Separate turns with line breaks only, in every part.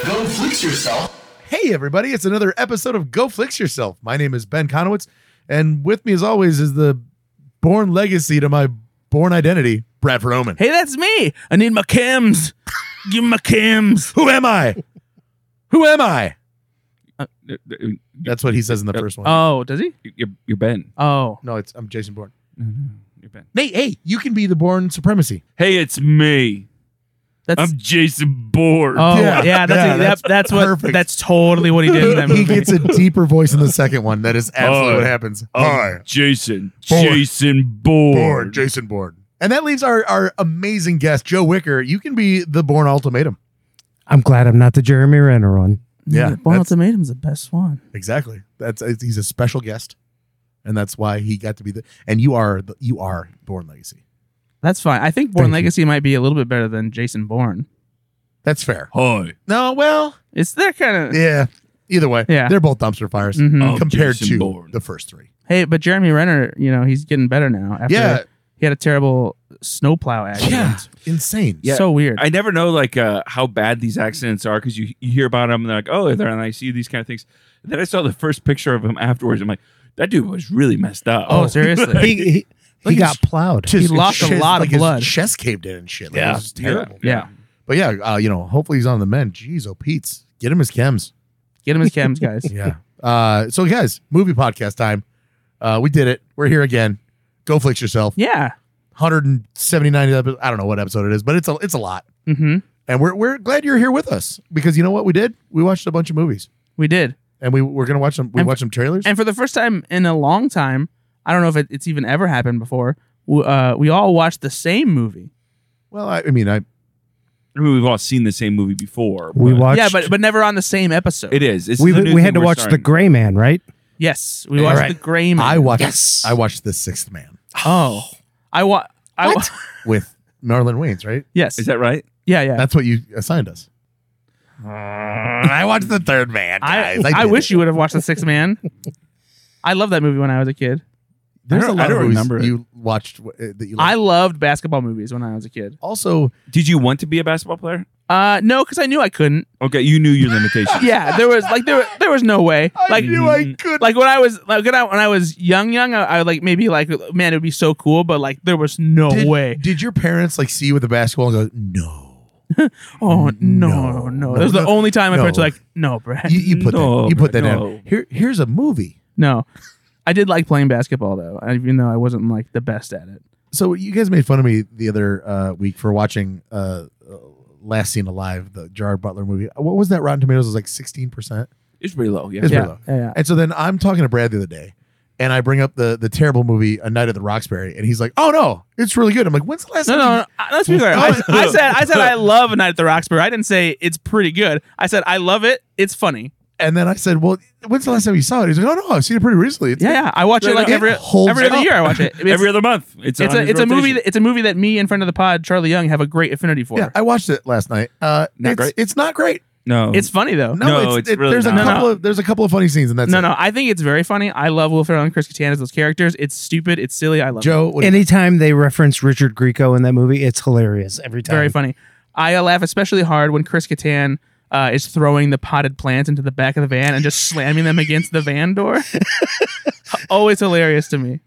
Fix Yourself.
Hey, everybody, it's another episode of Go Flix Yourself. My name is Ben Conowitz, and with me, as always, is the born legacy to my born identity, Brad Roman.
Hey, that's me. I need my chems. Give me my chems.
Who am I? Who am I?
Uh, uh, uh,
That's what he says in the first one.
Oh, does he?
you're, you're Ben.
Oh.
no, it's I'm Jason Bourne.
You're Ben.
Hey, hey, you can be the born supremacy.
Hey, it's me.
That's
I'm Jason Bourne.
Oh,
Yeah.
yeah, that's,
Yeah,
that- that's
that's
what
perfect.
that's totally what he did in that
he
movie.
gets a deeper voice in the second one. That is absolutely
Oh.
what happens.
I'm
Hi,
Jason.
Bourne.
Jason Bourne.
Bourne, Jason Bourne. And that leaves our, our amazing guest, Joe Wicker. You can be the born ultimatum.
I'm glad I'm not the Jeremy Renner one.
Yeah,
Born
that's-
Ultimatum's the best one.
Exactly. That's he's a special guest, and that's why he got to be the. And you are the, you are Born Legacy.
That's fine. I think Born
Thank you.
Legacy might be a little bit better than Jason Bourne.
That's fair.
Hi.
No, well,
It's that kind of.
yeah. Either way,
Yeah.
they're both dumpster fires
Mhm.
I'm
compared
Oh,
to
Jason Bourne.
the first three.
Hey, but Jeremy Renner, you know, he's getting better now. After
Yeah.
He had a terrible snowplow accident.
Insane.
Yeah.
So weird.
I never know like uh, how bad these accidents are because you, you hear about them and they're like, oh, they're and I see these kind of things. Then I saw the first picture of him afterwards. I'm like, that dude was really messed up.
oh, seriously.
He, he,
Like it's-
he got plowed.
Just-
lost a
his-
lot of
like his
blood.
chest caved in and shit. Like, It
Yeah.
was terrible.
yeah.
But yeah, uh, you know, hopefully he's on the mend. Jeez, oh Pete's get him his chems.
Get him his cams, guys.
Yeah. Uh, so guys, movie podcast time. Uh, we did it. We're here again. Go fix yourself.
Yeah.
179 episodes. I don't know what episode it is, but it's a it's a lot.
Mm-hmm.
And we're we're glad you're here with us because you know what we did? We watched a bunch of movies.
We did.
And we we're gonna watch some we
And-
watched some trailers.
And for the first time in a long time, I don't know if it, it's even ever happened before. w- Uh, we all watched the same movie.
well, I, I mean I
I mean, we've all seen the same movie before.
we
but
watched.
Yeah, but but never on the same episode.
It is. It's
we,
the new
we
thing
had to
we're
watch The
starting.
Gray Man, right?
yes, we watched
Alright.
the Gray Man.
I watched I
I,
watched The Sixth Man
oh, I wa- I wa-
with Marlon Wayans, right?
yes.
Is that right?
yeah, yeah.
That's what you assigned us. I watched the third man.
I
guys.
I,
did
wish
it.
you would have watched The Sixth Man. I loved that movie when I was a kid.
There's
I
a
don't-
lot
I don't
of movies
remember it.
you watched uh, that you.
I
Liked.
loved basketball movies when I was a kid.
also
Did you want to be a basketball player?
Uh, no, because I knew I couldn't.
Okay, you knew your limitations.
Yeah, there was like there there was no way. Like mm,
I
could.
like when I was like when I, when I was young, young, I, I like maybe like man, it would be so cool, but like there was no
did,
way.
Did your parents like see you with the basketball and go, no?
Oh
No,
no, no!
no,
That was the
no,
only time my
no.
parents were like, "No, Brad,
You, you put
No,
that. You put that
no.
in. Here, here's a movie.
no." I did like playing basketball though, even though I wasn't like the best at it.
So you guys made fun of me the other uh, week for watching uh, uh, Last Seen Alive, the Gerard Butler movie. Uh, What was that? Rotten Tomatoes was like sixteen percent.
It's pretty low. Yeah.
It's pretty
Yeah,
low.
yeah, yeah.
And so then I'm talking to Brad the other day, and I bring up the the terrible movie A Night at the Roxbury, and he's like, "Oh no, it's really good." I'm like, "When's the last?"
No,
time
no,
you-"
no. I- Let's be clear. I, I said, I said, I love Night at the Roxbury. I didn't say it's pretty good. I said I love it. It's funny.
And then I said, "Well, when's the last time you saw it?" He's like, "Oh no, I've seen it pretty recently." It's
Yeah, yeah. I watch
No,
it like
no, it
every
holds
every other
up.
year. I watch it. It's,
Every other month. It's,
it's
on
a
his
it's a movie.
rotation.
That, it's a movie that me and friend of the pod Charlie Young have a great affinity for.
Yeah, I watched it last night. Uh,
Not
it's,
great?
it's not great.
no.
It's funny though.
No,
No,
it's,
it's
it-
really
there's a
not. No,
couple
no.
of there's a couple of funny scenes, and that's
no,
it.
no. I think it's very funny. I love Will Ferrell and Chris Kattan as those characters. It's stupid. It's silly. I love it.
Joe, what-
Anytime they reference Richard Grieco in that movie, it's hilarious every time.
Very funny. I uh, laugh especially hard when Chris Kattan uh, is throwing the potted plants into the back of the van and just slamming them against the van door. Always hilarious to me.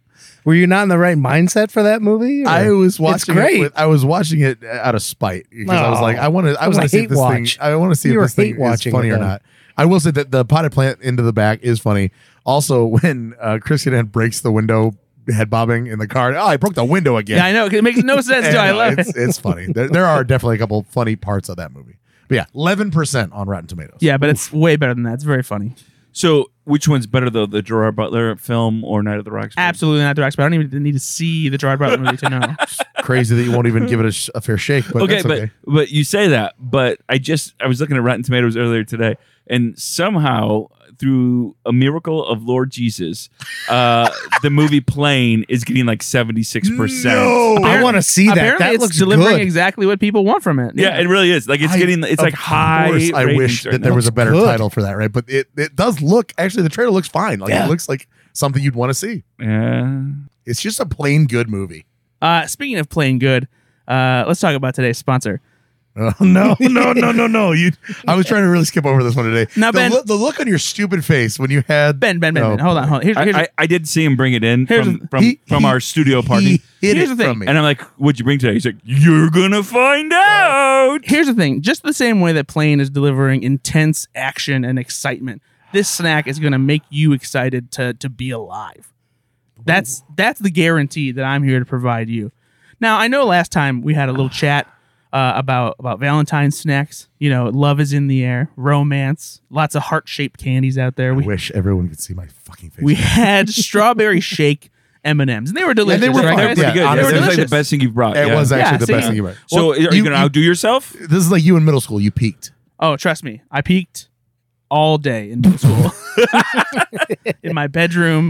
Were you not in the right mindset for that movie? or-
I was watching it.
great.
With, I was watching it out of spite because I was
No.
like, I want to. I
It was
want to
a
see if
hate
this
watch.
thing. I want to see
You
if
were
this thing
hate
is
watching
funny
it
or
then.
not. I will say that the potted plant into the back is funny. Also, when uh, Chris Cadan breaks the window, head bobbing in the car. Oh, I broke the window again.
Yeah, I know. 'cause It makes no sense.
And,
too. I
uh,
love
it's,
it.
It's funny. There, there are definitely a couple funny parts of that movie. But yeah, eleven percent on Rotten Tomatoes.
Yeah, but it's way better than that. It's very funny.
So, which one's better though, the Gerard Butler film or Night of the Roxbury?
Absolutely not direct, but I don't even need to see the Gerard Butler movie to know.
crazy that you won't even give it a, sh- a fair shake. But
okay,
that's okay.
but but you say that, but I just I was looking at Rotten Tomatoes earlier today, and somehow through a miracle of Lord Jesus, uh, the movie Plane is getting like seventy six percent.
I want to see that.
Apparently,
That
it's
looks
delivering
good.
exactly what people want from it.
Yeah, it really is. Like it's
I-
getting it's
of
like high.
course I
ratings
wish
right
that there
now.
was a better
Good.
title for that, right? But it, it does look actually the trailer looks fine. Like
Yeah.
it looks like something you'd want to see.
Yeah.
It's just a plain good movie.
Uh, speaking of playing good, uh, let's talk about today's sponsor.
Oh, no, no, no, no, no. You, I was trying to really skip over this one today.
Now,
the,
Ben-
loo- the look on your stupid face when you had
Ben, Ben, Ben,
Oh,
ben. hold on, hold on. Here's, here's,
I, I, I did see him bring it in
Here's
from
the-
from,
he-
from
he-
our studio
he
party,
hid
Here's
it
the thing.
from me.
and I'm like, "What'd you bring today?" He's like, "You're gonna find out."
here's the thing. Just the same way that Plane is delivering intense action and excitement, this snack is going to make you excited to to be alive. That's that's the guarantee that I'm here to provide you. Now I know last time we had a little chat uh, about about Valentine's snacks. You know, love is in the air, romance, lots of heart shaped candies out there.
I
We
wish everyone could see my fucking face.
we had strawberry shake M and M's, and they were delicious.
were
right,
fine.
guys?
They're pretty
Yeah,
good.
They
honestly,
were
that was like the
delicious.
best thing you've brought.
it
yeah.
was actually
Yeah,
the
see?
best thing you ever.
So
Well,
are you, gonna outdo yourself?
This is like you in middle school. You peaked.
Oh, trust me, I peaked all day in middle school. in my bedroom,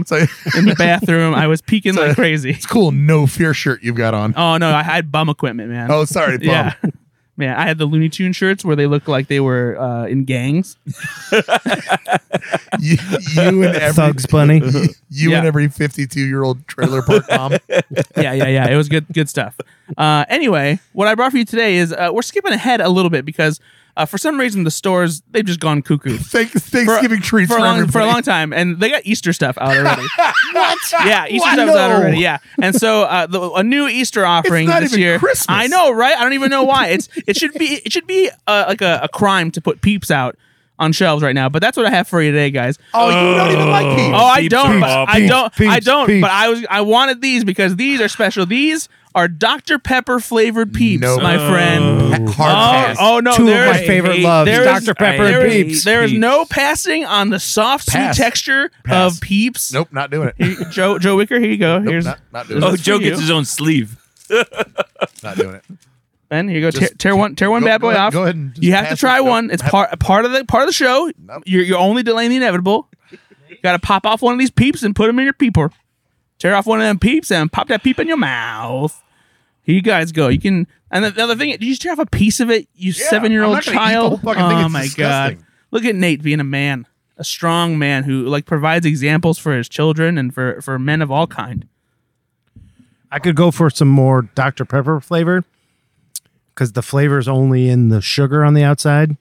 It's like
in the bathroom, I was peaking
So-
like crazy.
it's cool. No fear shirt you've got on.
Oh no, I had bum equipment, man.
Oh, sorry, Bob.
yeah, man, I had the Looney Tune shirts where they looked like they were uh, in gangs.
You, you and every
Thugs Bunny.
You and
Yeah.
every fifty-two-year-old trailer park mom.
Yeah, yeah, yeah. It was good, good stuff. Uh, anyway, what I brought for you today is uh, we're skipping ahead a little bit because uh, for some reason the stores they've just gone cuckoo.
Thank, Thanksgiving treats
for
for,
a long for a
everybody.
long time, and they got Easter stuff out already.
What?
Yeah, Easter
What?
stuff's out
No.
already. Yeah, and so uh, the, a new Easter offering
not
this
even
year.
Christmas.
I know, right? I don't even know why. It's it should be it should be uh, like a, a crime to put peeps out on shelves right now. But that's what I have for you today, guys.
Oh, you don't even like
Oh.
peeps.
Oh, I
Peeps,
don't.
peeps,
but I
peeps,
don't. I
peeps,
don't.
peeps.
But I was. I wanted these because these are special. These are Dr Pepper flavored peeps,
Nope.
my
Hard
friend. Oh,
pass.
oh no!
Two
there
of my
is-
favorite
hate-
loves,
there is-
Dr. Pepper
there
and
is-
Peeps.
There is
Peeps.
no passing on the soft, sweet
Pass.
texture
Pass.
of peeps.
Nope, not doing it.
Here- Joe Joe Wicker, here you go.
Nope,
Here's
not, not doing
Oh,
it.
That's
Joe
for
gets
you.
his own sleeve.
Not doing it.
Ben, here you go.
Just-
tear, tear one, tear one
go-
bad
go
boy
ahead-
off.
go ahead and just
you have to
pass
try
it.
one.
Nope.
It's part part of the part of the show.
Nope.
You're you're only delaying the inevitable. Got to pop off one of these peeps and put them in your peeper. Tear off one of them peeps and pop that peep in your mouth. Here you guys go. You can. And the, the other thing, did you tear off a piece of it? You
Yeah,
seven year
I'm
old
not gonna eat the
child.
whole fucking thing.
Oh
It's
my
disgusting.
god! Look at Nate being a man, a strong man who like provides examples for his children and for for men of all kind.
I could go for some more Dr. Pepper flavor because the flavor's only in the sugar on the outside.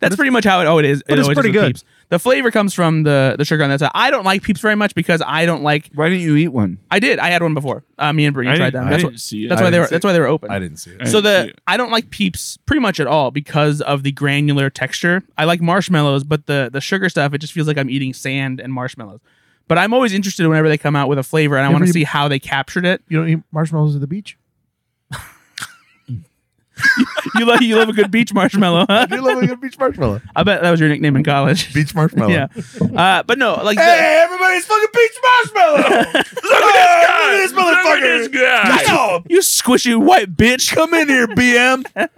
That's pretty much how it. Oh, it is.
but
it
it's
always is
pretty
with
good.
Peeps. The flavor comes from the the sugar on that side. I don't like Peeps very much because I don't like.
Why didn't you eat one?
I did. I had one before. Uh, me and Brittany
I
tried
didn't-
them.
I
That's,
didn't
what,
see it.
that's
I
why they
didn't
were.
see
That's why they were open.
I didn't see it.
I
so
didn't
the
see it.
I don't like Peeps pretty much at all because of the granular texture. I like marshmallows, but the the sugar stuff it just feels like I'm eating sand and marshmallows. But I'm always interested whenever they come out with a flavor, and I want
Every-
to see how they captured it.
You don't eat marshmallows at the beach?
You love you love a good beach marshmallow, huh?
You love a good beach marshmallow.
I bet that was your nickname in college.
Beach marshmallow.
Yeah, uh, but no, like the-
Hey, everybody's fucking beach marshmallow. Look at this guy. Look at this motherfucker.
Look at this guy.
No.
you squishy white bitch.
Come in here, BM.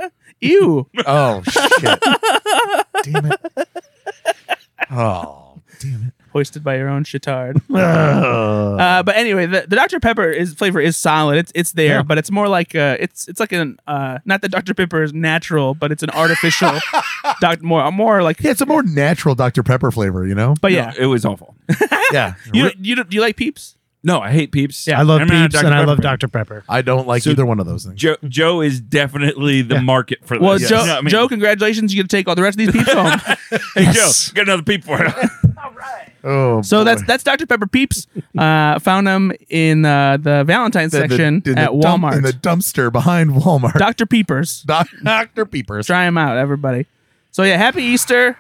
Ew.
Oh, shit. damn it. Oh, damn
hoisted by your own chitard.
it. Ugh.
Uh, but anyway, the, the Dr Pepper is flavor is solid. It's it's there, but it's more like uh, it's it's like an uh, not that Dr Pepper is natural, but it's an artificial doc, more more like.
yeah, it's a more natural Dr. Pepper flavor, you know?
But yeah,
it was awful.
Yeah.
you don't- you don't- do you like Peeps?
No, I hate peeps.
Yeah.
I love
I'm not a
Peeps
Dr.
and I
Pepper
love
fan.
Dr. Pepper.
I don't like
So-
either one of those things.
Joe, Joe is definitely the market for this.
Well,
Uh, Yes.
Joe,
You know what I mean?
Joe, congratulations! You get to take all the rest of these Peeps home.
Hey,
Yes.
Joe, get another peep for it.
Oh,
So
boy.
that's that's Dr Pepper Peeps. Uh, found them in uh, the Valentine's
In the-
section
in the
at
dump-
Walmart.
in the dumpster behind Walmart.
Dr Peepers,
Doc- Dr. Peepers.
try them out, everybody. So yeah, happy Easter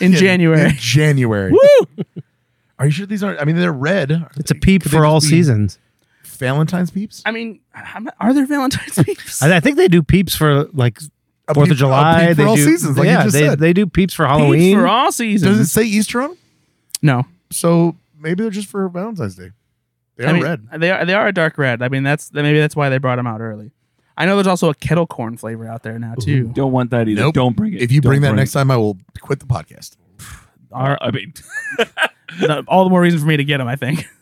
in
In- in
January.
January.
Woo!
Are you sure these aren't? I mean, they're red. Are
It's a
they-
peep
could they
for
just
all
be
seasons.
Valentine's peeps.
I mean, I'm not- are there Valentine's peeps?
I, I think they do peeps for like
A
Fourth
peep-
of July.
a peep for
they
all
do,
seasons, like you
yeah,
just
they,
said.
they do peeps for
Peeps
Halloween.
for all seasons.
Does it say Easter on them?
no,
So maybe they're just for Valentine's Day. They are
I mean,
red.
They are they are a dark red. I mean, that's that- maybe that's why they brought them out early. I know there's also a kettle corn flavor out there now too.
Don't want that either.
Nope.
Don't bring it.
If you
Don't
bring that
it.
next time, I will quit the podcast.
Are-
I mean,
the- all the more reason for me to get them. I think.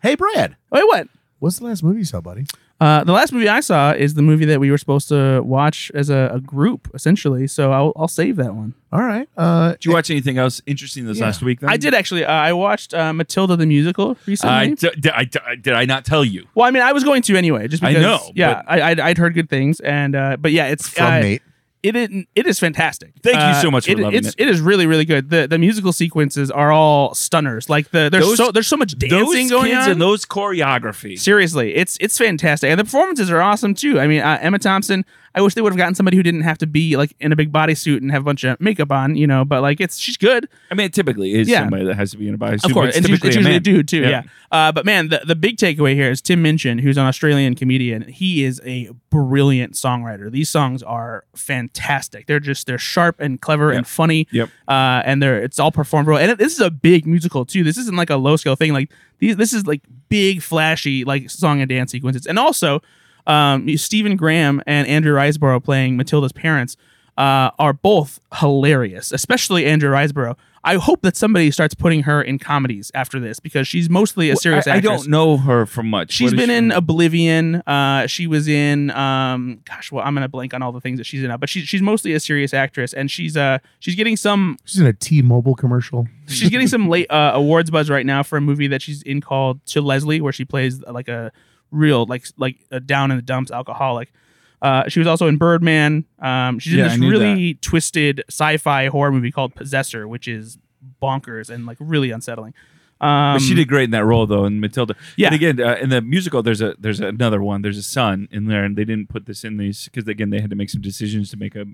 Hey, Brad,
Wait, what?
what's the last movie you saw, buddy?
Uh, the last movie I saw is the movie that we were supposed to watch as a, a group, essentially. So I'll, I'll save that one.
All right. Uh,
Did you watch anything else interesting this last week? Then?
I did actually. Uh, I watched uh, Matilda the musical recently.
I d- did, I, d- did I not tell you?
well, I mean, I was going to anyway, just
I
because.
know,
Yeah,
but-
I, I'd, I'd heard good things, and uh, but yeah, it's
from
uh,
Nate.
It is, it is fantastic.
Thank you
Uh,
so much for
it,
loving
it's,
it.
It is really really good. The the musical sequences are all stunners. Like the there's
Those-
so there's so much dancing
Those
going
kids
on.
and those choreography.
Seriously, it's it's fantastic, and the performances are awesome too. I mean, uh, Emma Thompson. I wish they would have gotten somebody who didn't have to be like in a big bodysuit and have a bunch of makeup on, you know. But like, it's she's good,
I mean, it typically is
Yeah.
somebody that has to be in a bias.
of course.
it's
And it's,
typically
it's
a
usually a
man.
dude too,
Yeah.
yeah. Uh, but man, the the big takeaway here is Tim Minchin, who's an Australian comedian. He is a brilliant songwriter. These songs are fantastic. They're just they're sharp and clever and funny.
Yep.
uh, and they're it's all performed real. And it, this is a big musical too. This isn't like a low scale thing. Like these, this is like big flashy like song and dance sequences. And also, um, Stephen Graham and Andrew Riseborough playing Matilda's parents uh, are both hilarious, especially Andrew Riseborough. I hope that somebody starts putting her in comedies after this because she's mostly a serious
I, I
actress.
don't know her from much.
She's
What is
been
she-
in Oblivion. Uh, she was in um, gosh, well, I'm gonna blank on all the things that she's in now, but she's she's mostly a serious actress, and she's uh she's getting some
She's in a T-Mobile commercial.
she's getting some late uh, awards buzz right now for a movie that she's in called To Leslie, where she plays uh, like a real like like a down in the dumps alcoholic. Uh, she was also in Birdman. Um, she's in
Yeah, I
this
knew
really twisted sci-fi horror movie called Possessor, which is bonkers and like really unsettling. Um,
But she did great in that role though in Matilda.
Yeah.
And again, uh, in the musical, there's a there's another one. There's a son in there, and they didn't put this in these because again they had to make some decisions to make a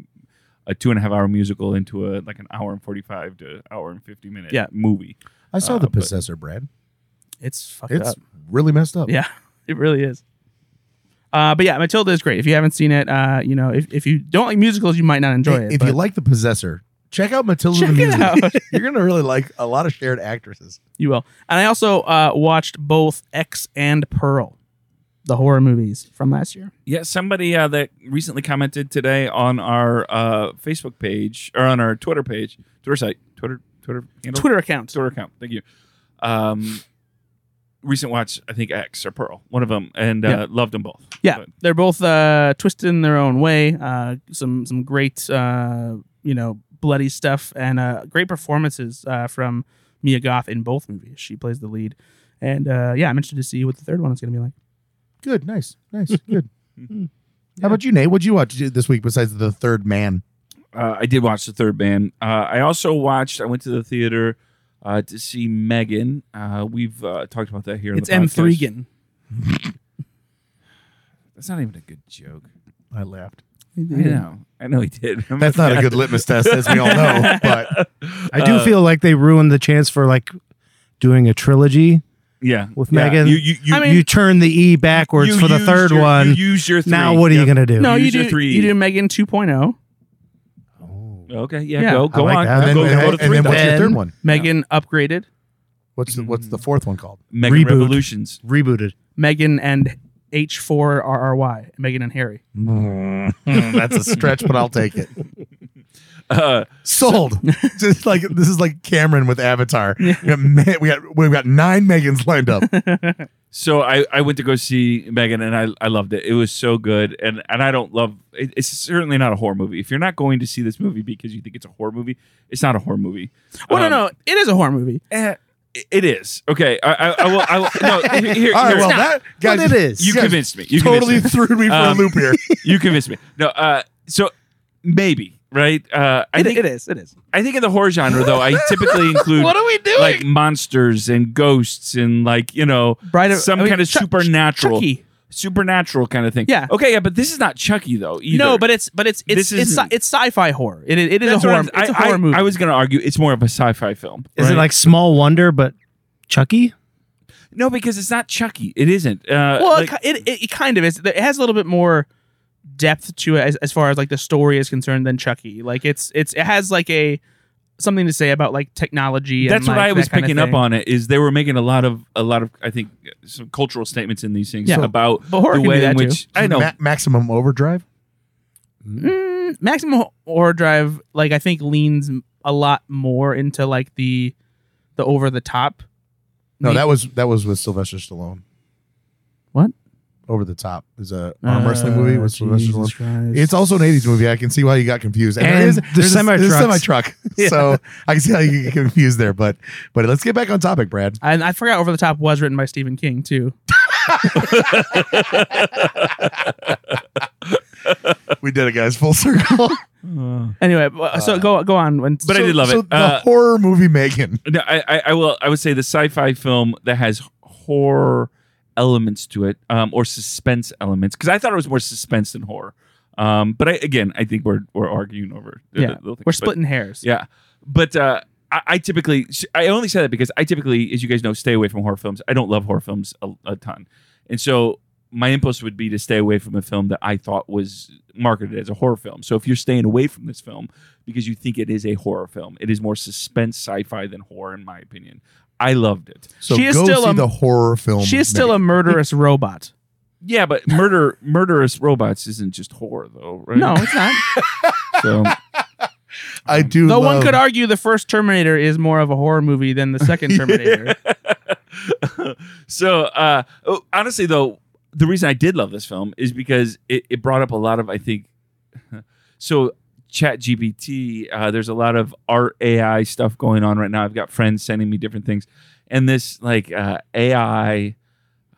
a two and a half hour musical into a like an hour and forty five to hour and fifty minute
Yeah.
movie.
I saw
Uh,
the
but-
Possessor, Brad.
It's fucked
It's
up.
really messed up.
Yeah, it really is. Uh, but yeah, Matilda is great. If you haven't seen it, uh, you know, if, if you don't like musicals, you might not enjoy
Hey,
it.
if
but
you like the Possessor, check out Matilda
Check
the
it
Music.
out.
You're gonna really like a lot of shared actresses.
You will. And I also uh, watched both X and Pearl, the horror movies from last year.
Yeah, somebody uh, that recently commented today on our uh, Facebook page or on our Twitter page, Twitter site, Twitter, Twitter handle,
Twitter account.
Twitter account. Thank you. Um, recent watch, I think X or Pearl, one of them, and uh,
Yeah.
loved them both.
Yeah, they're both uh, twisted in their own way. Uh, some some great uh, you know bloody stuff and uh, great performances uh, from Mia Goth in both movies. She plays the lead, and uh, yeah, I'm interested to see what the third one is going to be like.
Good, nice, nice, good.
Mm-hmm.
How about you, Nate? What'd you watch this week besides the Third Man?
uh, I did watch the third band. Uh, I also watched. I went to the theater uh, to see Megan. Uh, we've uh, talked about that here. on
It's
the
M.
podcast.
Thregan.
That's not even a good joke.
I laughed.
I know. I know he did.
That's not a good litmus test, as we all know. But
I do feel like they ruined the chance for like doing a trilogy.
yeah.
With
yeah.
Megan-
you you you,
I mean,
you turn the E backwards
you
for the
used
third
your-
one.
You use your three.
now what are you
Yep.
gonna do?
No, you
User
do
three.
you do Megan oh. 2.0.
Oh.
Okay. Yeah.
Yeah.
Go
I
go
like
on.
that.
and
Go,
then,
go, go to
and then
three.
what's
then.
your third one?
Megan upgraded.
What's the, what's
Mm.
the fourth one called?
Megan
Reboot.
Revolutions.
Rebooted.
Megan and H4RRY. Megan and Harry.
Hmm, That's a stretch, but I'll take it.
Uh,
Sold. Just like this is like Cameron with Avatar. We got Ma- we got we've got nine Megans lined up.
So I, I went to go see Megan and I, I loved it. It was so good. And and I don't love it, it's certainly not a horror movie. If you're not going to see this movie because you think it's a horror movie, it's not a horror movie.
Well,
Um,
Oh, no, no, it is a horror movie.
eh, it- it is. Okay. I, I, I will I will no here, here-
All right,
here-
well
not.
that guys,
But it is.
you
guys
convinced me. You
totally
convinced
threw me for
Um,
a loop here.
me. You convinced me. No, uh so maybe, right? Uh I
It-
think
it is. It is.
I think in the horror genre though, I typically include
What are we doing?
like monsters and ghosts and like, you know,
Bride of-
some
I mean,
kind of
Chuck-
supernatural
Chucky.
supernatural kind of thing.
Yeah.
Okay, yeah, but this is not Chucky though. Either.
No, but it's but it's it's
This
it's, sci-
isn't-
it's sci-fi horror. It, it is a
That's what
horror.
I'm-
It's a
I-
horror
I,
movie.
I was going to argue it's more of a sci-fi film.
Is it
right?
like Small Wonder but Chucky?
no? Because it's not Chucky. It isn't. Uh,
well,
like-
it ki- it, it, it kind of is. It has a little bit more depth to it as, as far as like the story is concerned than Chucky. Like it's it's it has like a something to say about like technology.
that's
and,
what
like,
I was
that kind of
picking up
thing.
on. It is they were making a lot of a lot of I think some cultural statements in these things
Yeah.
about
But horror
the
can do
way
that
in
too.
which I know.
Ma- maximum overdrive.
Mm, Maximum Horror Drive, like I think, leans a lot more into like the the over the top.
No,
Me-
that was that was with Sylvester Stallone.
What?
Over the Top is a arm wrestling movie with Sylvester Stallone. It's also an '80s movie. I can see why you got confused.
And
there is-
the
there's a- there's a semi-truck.
semi-trucks.
So I can see how you get confused there. But but let's get back on topic, Brad.
And I forgot Over the Top was written by Stephen King too.
We did it, guys. Full circle.
Anyway, uh, so go go on. When,
But I
so-
did love
so
it.
The
Uh,
horror movie Megan.
No, I, I, I will. I would say the sci-fi film that has horror elements to it, um, or suspense elements, because I thought it was more suspense than horror. Um, but I, again, I think we're we're arguing over. the-
Yeah,
the little things,
we're
but-
splitting hairs.
yeah, but uh, I, I typically I only say that because I typically, as you guys know, stay away from horror films. I don't love horror films a, a ton, and so my impulse would be to stay away from a film that I thought was marketed as a horror film. So if you're staying away from this film because you think it is a horror film, it is more suspense sci-fi than horror, in my opinion. I loved it.
So
She is
go
still
see
a-
the horror film.
She is still a
Megan.
murderous robot.
Yeah, but murder, murderous robots isn't just horror, though, right?
No, it's not.
So,
I do.
Though one
love-
could argue the first Terminator is more of a horror movie than the second Terminator.
so uh, oh, honestly, though, the reason I did love this film is because it, it brought up a lot of, I think, so chat gpt uh, there's a lot of art ai stuff going on right now i've got friends sending me different things and this like uh, ai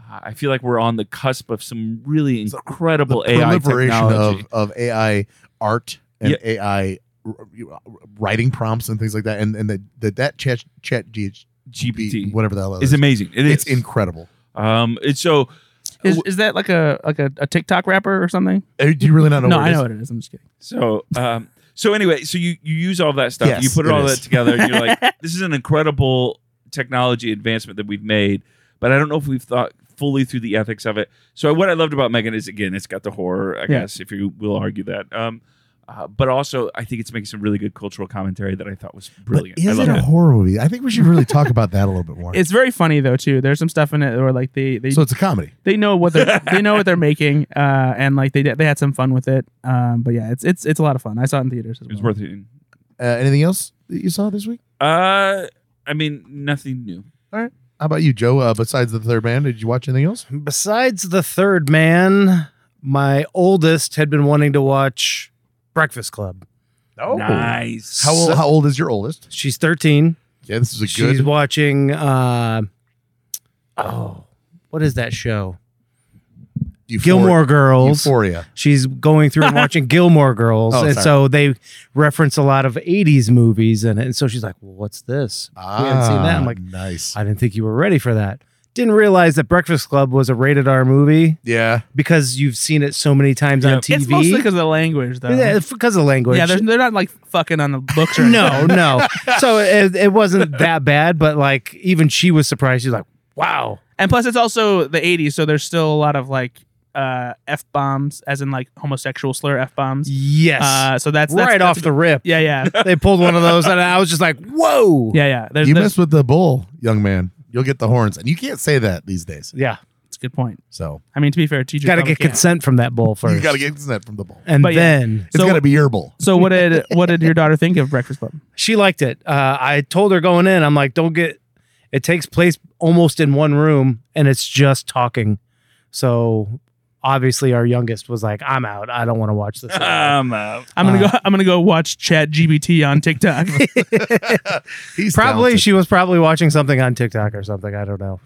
uh, i feel like we're on the cusp of some really
It's a-
incredible
the
ai
proliferation
technology
of of AI art and
Yeah.
AI r- r- writing prompts and things like that, and and the, the, that chat chat G-
gpt
whatever the hell that
is amazing it is
It's incredible.
um it's so
Is, is that like a like a, a TikTok rapper or something?
Uh, Do you really not know?
no,
what
I
it
know
is?
what it is. I'm just kidding.
So, um, so anyway, so you you use all that stuff,
Yes,
you put it
it
all
is.
that together, and you're like, this is an incredible technology advancement that we've made, but I don't know if we've thought fully through the ethics of it. So, what I loved about Megan is again, it's got the horror, I guess, if you will argue that. Um, uh, but also, I think it's making some really good cultural commentary that I thought was brilliant.
But
I
is it
loved
a horror movie? I think we should really talk about that a little bit more.
It's very funny though too. There's some stuff in it where like they they,
so it's a comedy.
they know what they're they know what they're making, uh, and like they did- they had some fun with it. Um, but yeah, it's it's it's a lot of fun. I saw it in theaters as
It was
well.
worth it.
Uh, anything else that you saw this week?
Uh, I mean, nothing new.
How about you, Joe? Uh, besides the third man, did you watch anything else?
Besides the third man, my oldest had been wanting to watch Breakfast Club.
Nice.
Oh. How old, how old is your oldest?
She's 13.
Yeah, this is a
She's
good.
watching uh oh, what is that show?
Euphor-
Gilmore Girls.
Euphoria.
She's going through and watching Gilmore Girls.
Oh,
and
sorry.
so they reference a lot of 80s movies in it. And so she's like, Well, what's this? we haven't seen that. I'm
Ah,
like,
nice.
I didn't think you were ready for that. Didn't realize that Breakfast Club was a rated R movie
yeah,
because you've seen it so many times on
Yep.
TV.
It's mostly because of the language though.
yeah, it's because of language.
yeah, there's, they're not like fucking on the books or anything.
no, no. So it, it wasn't that bad, but like even she was surprised. She's like, wow.
And plus, it's also the '80s, so there's still a lot of like uh, f bombs, as in like homosexual slur f bombs.
Yes.
Uh, so that's, that's
right
that's
off the rip.
Yeah, yeah,
They pulled one of those, and I was just like, whoa.
yeah, yeah. There's,
you
there's,
mess with the bull, young man. You'll get the horns, and you can't say that these days.
Yeah.
that's a good point.
So
I mean, to be fair, teacher
Got to get
probably can't.
consent from that bull first.
you got to get consent from the bull.
and
But yeah.
then
It's
So-
got to be your bull.
So what did what did your daughter think of Breakfast Club?
she liked it. Uh, I told her going in, I'm like, don't get. It takes place almost in one room, and it's just talking. So obviously, our youngest was like, "I'm out. I don't want to watch this." anymore."
I'm out.
I'm gonna
Uh,
go. I'm gonna go watch Chat GBT on TikTok.
He's
probably
talented.
she was probably watching something on TikTok or something. I don't know,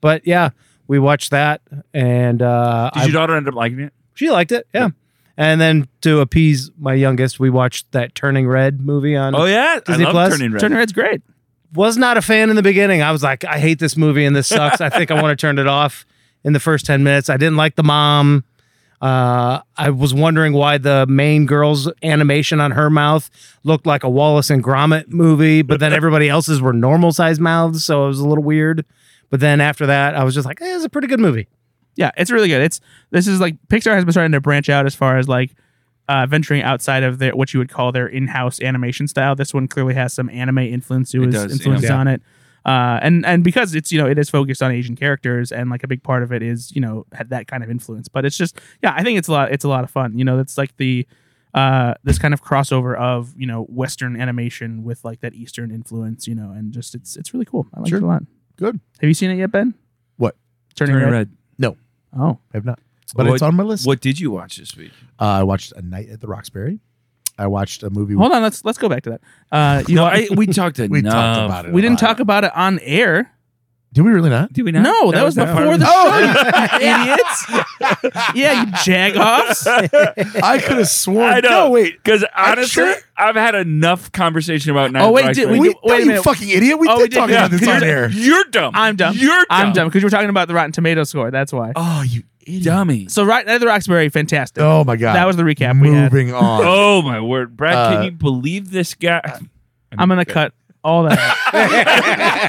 but yeah, we watched that, and uh,
Did
I-
your daughter end up liking it?
she liked it. Yeah. And then to appease my youngest, we watched that Turning Red movie on.
Oh yeah,
Disney
I love
Plus?
Turning Red.
Turner Red's great.
was not a fan in the beginning. I was like, I hate this movie and this sucks. I think I want to turn it off in the first 10 minutes. I didn't like the mom. Uh, I was wondering why the main girl's animation on her mouth looked like a Wallace and Gromit movie, but then everybody else's were normal sized mouths. So it was a little weird. But then after that, I was just like, eh, it's a pretty good movie.
Yeah, it's really good. It's this is like Pixar has been starting to branch out as far as like uh, venturing outside of their what you would call their in-house animation style. This one clearly has some anime influence to
It
his-
does,
influences
yeah.
on it. Uh, and and because it's you know it is focused on Asian characters and like a big part of it is you know had that kind of influence but it's just yeah I think it's a lot it's a lot of fun you know that's like the uh this kind of crossover of you know Western animation with like that Eastern influence you know and just it's it's really cool I like
Sure.
it a lot
Good.
have you seen it yet Ben
What?
Turning, Red,
Red.
No.
Oh,
I have not, but
What-
it's on my list.
What did you watch this week?
Uh, I watched A Night at the Roxbury. I watched a movie.
hold on. Let's let's go back to that. Uh, you
No,
know,
I, we talked enough.
we talked about it.
we
a
didn't
lot.
talk about it on air.
Did we really not? Oh,
Did we not?
No, that, was,
not part
before
of
the show. you
Yeah.
idiots. yeah, you jagoffs.
I could have sworn.
I know.
No, wait.
Because honestly,
sure-
I've had enough conversation about. Night
Oh,
at
wait,
Roxbury.
did
We,
We do- wait
no,
a
you
minute.
fucking idiot. We
Oh,
did talk
yeah.
about this on
You're-
air.
You're dumb.
I'm dumb.
You're dumb.
I'm dumb because we're talking about the Rotten Tomato score. That's why.
Oh, you idiot.
Dummy.
So right now the Roxbury, fantastic.
Oh my god.
that was the recap we had.
Moving on.
Oh my word, Brad!
Uh,
can you believe this guy?
I'm gonna cut all that. out.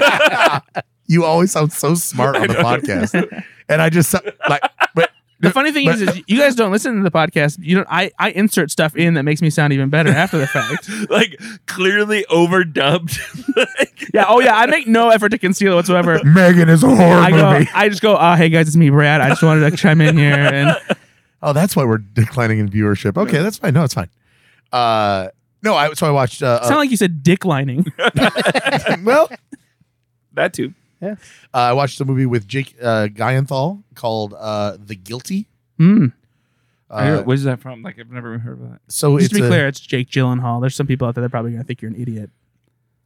You always sound so smart on the podcast, and I just sound like. But
The funny thing is, is you guys don't listen to the podcast. You don't. I, I insert stuff in that makes me sound even better after the fact.
like clearly overdubbed. Like,
yeah. Oh yeah. I make no effort to conceal it whatsoever.
Megan is a horror
I go.
movie.
I just go. Oh hey guys, it's me, Brad. I just wanted to chime in here. And
Oh, that's why we're declining in viewership. Okay, that's fine. No, it's fine. Uh, no, I so I watched. Uh,
sound like you said dick lining.
uh, well,
that too.
Uh, I watched a movie with Jake uh, Gyllenhaal called uh, The Guilty.
Hmm.
Uh,
Where's that from? Like I've never even heard of that.
so
Just
it's
to be
a-
clear, it's Jake Gyllenhaal. There's some people out there that are probably gonna think you're an idiot.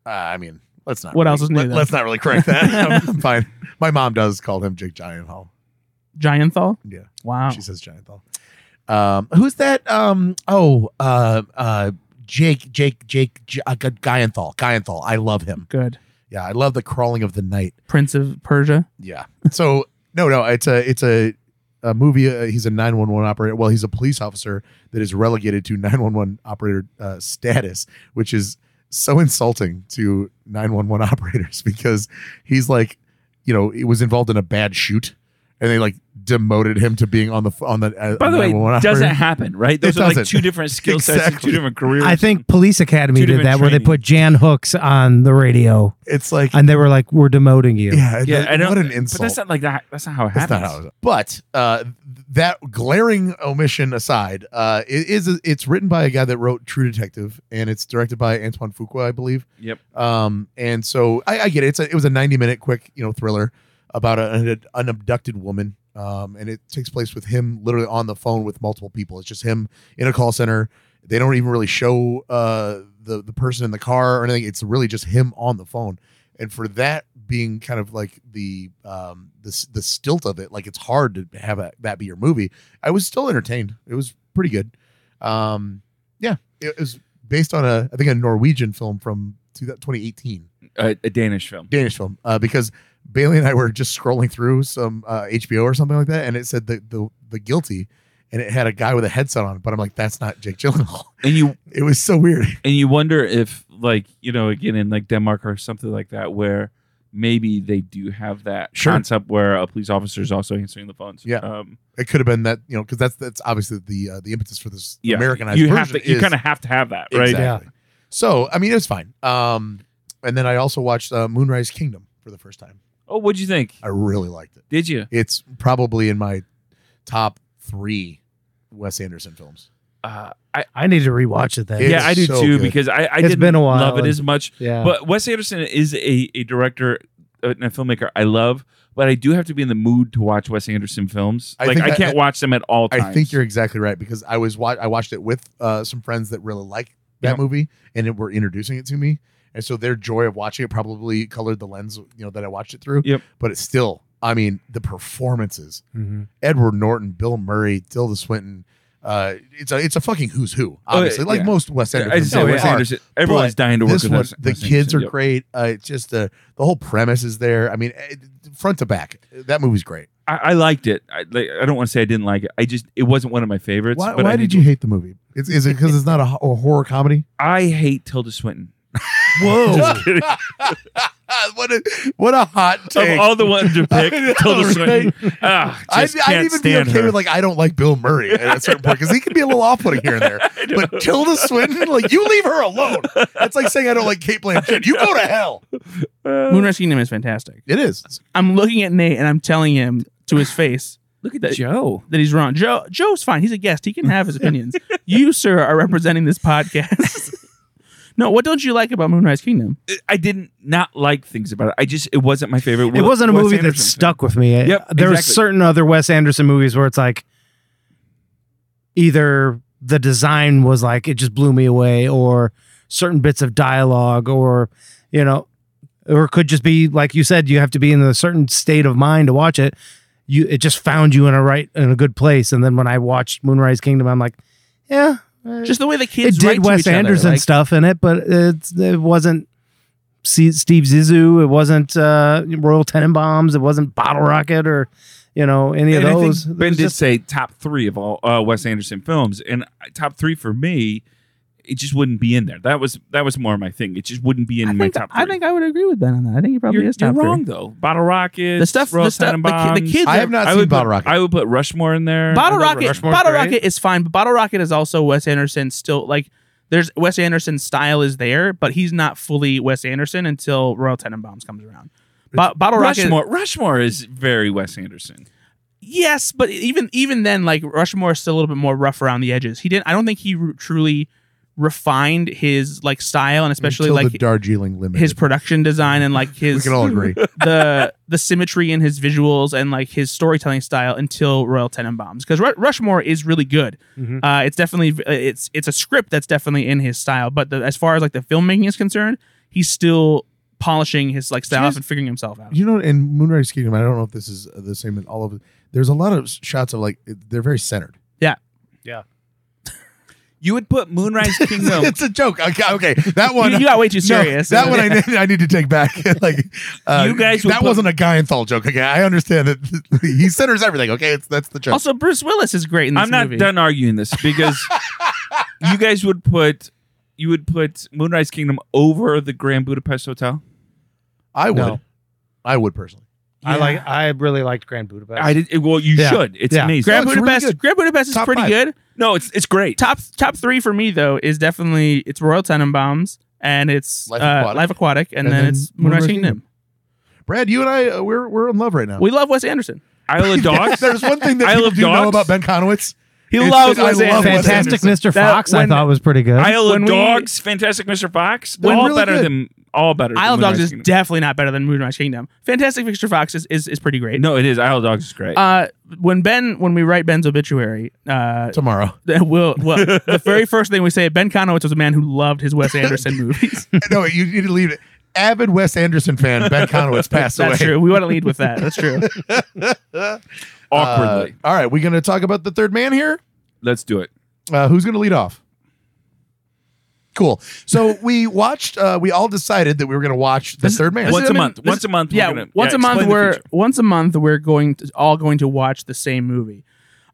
uh, I mean, let's not.
What
really-
else is new, then?
Let, us not really correct that. I'm, I'm fine. My mom does call him Jake Gyllenhaal.
Gyllenhaal.
Yeah.
Wow.
She says Gyllenhaal. Um, who's that? Um, oh, uh, uh, Jake, Jake, Jake, J- uh, Gy- Gyllenhaal. Gyllenhaal. I love him.
Good.
Yeah, I love the crawling of the night.
Prince of Persia.
Yeah. So no, no, it's a it's a, a movie. Uh, he's a nine one one operator. Well, he's a police officer that is relegated to nine one one operator uh, status, which is so insulting to nine one one operators because he's like, you know, he was involved in a bad shoot, and they like demoted him to being on the f- on the. Uh,
By the way,
911
doesn't
operator.
happen, right? Those
It
are like
doesn't.
two different skill sets, and
Exactly.
two different careers.
I think Police Academy
Two
did that
different
where they
training.
put Jan Hooks on the radio
it's like
and they were like, "We're demoting you."
yeah,
Yeah, I don't,
what an
But
insult.
that's not like that. That's not how it
That's
happens.
not how it was. But uh, that glaring omission aside, uh, it is it's written by a guy that wrote True Detective, and it's directed by Antoine Fuqua, I believe.
Yep.
Um, and so I, I get it. It's a, it was a ninety minute quick you know thriller about a- an, an abducted woman. Um, and it takes place with him literally on the phone with multiple people. It's just him in a call center. They don't even really show uh, the the person in the car or anything. It's really just him on the phone and for that being kind of like the um the s- the stilt of it, like it's hard to have a, that be your movie. I was still entertained. It was pretty good. Um, yeah, it was based on a I think a Norwegian film from 2018,
A, a Danish film.
Danish film, uh, because Bailey and I were just scrolling through some uh, HBO or something like that, and it said the the the guilty. And it had a guy with a headset on, but I'm like, that's not Jake Gyllenhaal.
And you
It was so weird.
and you wonder if like you know again in like denmark or something like that where maybe they do have that
Sure.
concept where a police officer is also answering the phones
Yeah.
um,
It could have been that, you know, because that's that's obviously the uh, the impetus for this
yeah
Americanized
you
version.
have to you
is-
kind of have to have that right
Exactly.
Yeah.
So I mean, it's fine. Um, and then I also watched uh, Moonrise Kingdom for the first time.
oh what'd you think
I really liked it.
did you
It's probably in my top three Wes Anderson films.
uh, I,
I need to rewatch it then.
It's
yeah i do
so
too
good.
because i, I
It's
didn't
been a while
love it
and-
as much
yeah.
but wes anderson is a, a director uh, and a filmmaker i love but i do have to be in the mood to watch wes anderson films
I
like
think
i
I-
can't watch them at all times
I think you're exactly right because I was wa- I watched it with uh, some friends that really like that
Yeah.
movie and it, were introducing it to me, and so their joy of watching it probably colored the lens you know that I watched it through.
Yep.
But it's still, I mean, the performances
Mhm.
Edward Norton, Bill Murray, Tilda Swinton. Uh, it's a it's a fucking who's who,
Oh,
obviously, like
yeah.
most Wes Anderson.
I just say
films
Wes
are.
Anderson. Everyone's dying to work
This
with
one,
Wes-
the
Wes
kids
Anderson.
are
Yep.
great. Uh, it's just the the whole premise is there. I mean, eh, front to back, that movie's great.
I, I liked it. I, like, I don't want to say I didn't like it. I just it wasn't one of my favorites.
Why,
but I
why did you hate the movie? It's, is it because it's not a, ho- a horror comedy?
I hate Tilda Swinton.
Whoa!
Just kidding.
Ah, what a what a hot
of
take.
all the ones to pick,
I know,
Tilda
right?
Swinton. Ah,
I'd,
just
I'd
can't
even be
stand
okay
her.
with like I don't like Bill Murray at a certain point because he can be a little off-putting here and there. But Tilda Swinton, like you leave her alone. That's like saying I don't like Kate Blanchett. You go to hell.
Uh,
Moonrise Kingdom is fantastic.
It is.
I'm looking at Nate and I'm telling him to his face
Look at
that-
Joe.
that he's wrong. Joe Joe's fine. He's a guest. He can have his opinions. you, sir, are representing this podcast. No, what don't you like about Moonrise Kingdom?
I didn't not like things about it. I just it wasn't my favorite.
It
Wes-
wasn't a
Wes
movie that
Anderson film.
stuck with me. It-
Yep,
there
exactly.
are certain other Wes Anderson movies where it's like either the design was like it just blew me away, or certain bits of dialogue, or you know, or it could just be like you said, you have to be in a certain state of mind to watch it. You it just found you in a right in a good place, and then when I watched Moonrise Kingdom, I'm like, yeah, eh,
Just the way the kids
it did
write to
Wes
each other,
Anderson
like-
stuff in it, but it's, it wasn't C- Steve Zissou. It wasn't uh, Royal Tenenbaums. It wasn't Bottle Rocket or you know any of
And I think
those. It
ben
was
did
just-
say top three of all uh, Wes Anderson films, and top three for me, it just wouldn't be in there. That was that was more my thing. It just wouldn't be in
I
my
think,
top. Three.
I think I would agree with Ben on that. I think he probably
you're,
is top
you're wrong
three.
though. Bottle Rocket,
The stuff,
Royal
the stuff, the, ki- the
Tenenbaums.
kids.
I
are-
have not
I
seen
would
Bottle
put,
Rocket.
I would put Rushmore in there.
Bottle
I know
Rocket.
Rushmore's
Bottle
great.
Rocket is fine, but Bottle Rocket is also Wes Anderson. Still, like there's Wes Anderson's style is there, but he's not fully Wes Anderson until Royal Tenenbaums comes around. Bo- Bottle Rocket,
Rushmore. Rushmore is very Wes Anderson.
yes, but even even then, like Rushmore is still a little bit more rough around the edges. He didn't. I don't think he re- truly refined his like style and especially
Until
like
the Darjeeling Limited.
his production design and like his
we can all agree.
the the symmetry in his visuals and like his storytelling style until Royal Tenenbaums because Ru- Rushmore is really good.
Mm-hmm.
Mhm.
Uh, it's definitely it's it's a script that's definitely in his style, but the, as far as like the filmmaking is concerned, he's still polishing his like style
Just-
off and figuring himself out.
You know, in Moonrise Kingdom, I don't know if this is the same in all of it. There's a lot of shots of like they're very centered.
You would put Moonrise Kingdom.
it's a joke. Okay, okay. that one.
you, you got way too
No,
serious.
that one I need, I need to take back. like uh,
You guys will
that
put-
wasn't a Guyenthal joke. Okay, I understand that he centers everything. Okay, it's, that's the joke.
also Bruce Willis is great in this
I'm not
movie.
done arguing this because you guys would put you would put Moonrise Kingdom over the Grand Budapest Hotel.
I would,
No.
I would personally.
I like. I really liked Grand Budapest.
I did. Well, you
Yeah.
should. It's
Yeah.
amazing.
Grand
No, it's really
Budapest.
good.
Grand Budapest is
Top
pretty
five.
good.
no, it's it's great.
Top top three for me though is definitely it's Royal Tenenbaums and it's
Life
uh,
Aquatic.
Life Aquatic and,
And
then,
then
it's Moonrise
Moonrise
Kingdom.
Brad, you and I, uh, we're we're in love right now.
We love Wes Anderson.
Isle of Dogs.
There's one thing
I
that people
love
do know
dogs.
about Ben Conowitz.
He
It's-
loves
I
Wes
love
Anderson.
Wes
Fantastic Mr.
That-
Fox.
when-
I thought was pretty good.
Isle
when
of
we-
Dogs. Fantastic Mr. Fox.
They're
all
really
better
good.
than all better. than
Isle of Dogs
Moonrise
is
Kingdom.
definitely not better than Moonrise Kingdom. Fantastic Mr. Fox is, is, is pretty great.
no, it is. Isle of Dogs is great.
Uh, when Ben, when we write Ben's obituary, uh,
Tomorrow.
we'll, well, the very first thing we say, Ben Conowitz was a man who loved his Wes Anderson movies.
no, you need to leave it. Avid Wes Anderson fan Ben Conowitz passed away.
That's true. We want to lead with that. That's true.
Awkwardly.
Uh, all right, we're going to talk about the third man here.
Let's do it.
Uh, who's going to lead off? Cool. So we watched. Uh, we all decided that we were going to watch the
This-
third man.
this
Once
is
a
gonna-
month.
this-
once a month.
yeah,
we're gonna,
once
yeah,
a month
explain the
we're
future.
once a month we're going to all going to watch the same movie.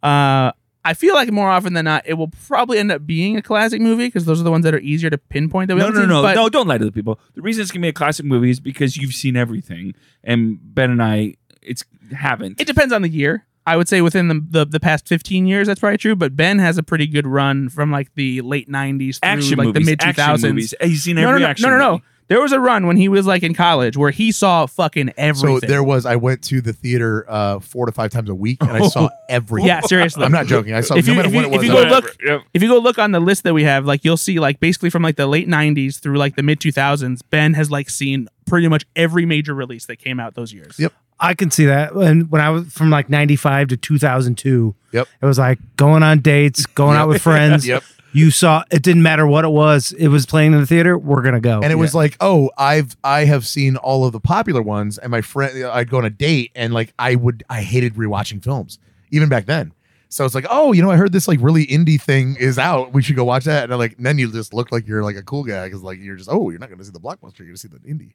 Uh, I feel like more often than not, it will probably end up being a classic movie because those are the ones that are easier to pinpoint. That we
No,
haven't
no,
seen,
no,
but
no! Don't lie to the people. The reason it's gonna be a classic movie is because you've seen everything, and Ben and I, it's haven't.
It depends on the year. I would say within the, the the past fifteen years, that's probably true. But Ben has a pretty good run from like the late '90s through
action
like
movies,
the mid
action
2000s.
movies. He's seen
No, no,
every
no,
action.
no, no, no.
movie.
There was a run when he was like in college where he saw fucking everything.
so there was. I went to the theater uh, four to five times a week, and I saw everything.
yeah, seriously.
I'm not joking. I saw
If
no
you-
matter
if
what
you-
it was.
if you
I-
go look-
Yep.
if you go look on the list that we have, like you'll see like basically from like the late '90s through like the mid 2000s, Ben has like seen pretty much every major release that came out those years.
Yep.
I can see that. And when I was from like 95 to 2002,
Yep.
it was like going on dates, going out with friends.
Yep.
You saw it didn't matter what it was. It was playing in the theater. We're going to go.
and it was like, oh, I've I have seen all of the popular ones, and my friend, uh, I'd go on a date, and like I would, I hated rewatching films even back then. So it's like, oh, you know, I heard this like really indie thing is out. We should go watch that. And I'm like, then you just look like you're like a cool guy because like you're just, oh, you're not going to see the blockbuster, you're going to see the indie.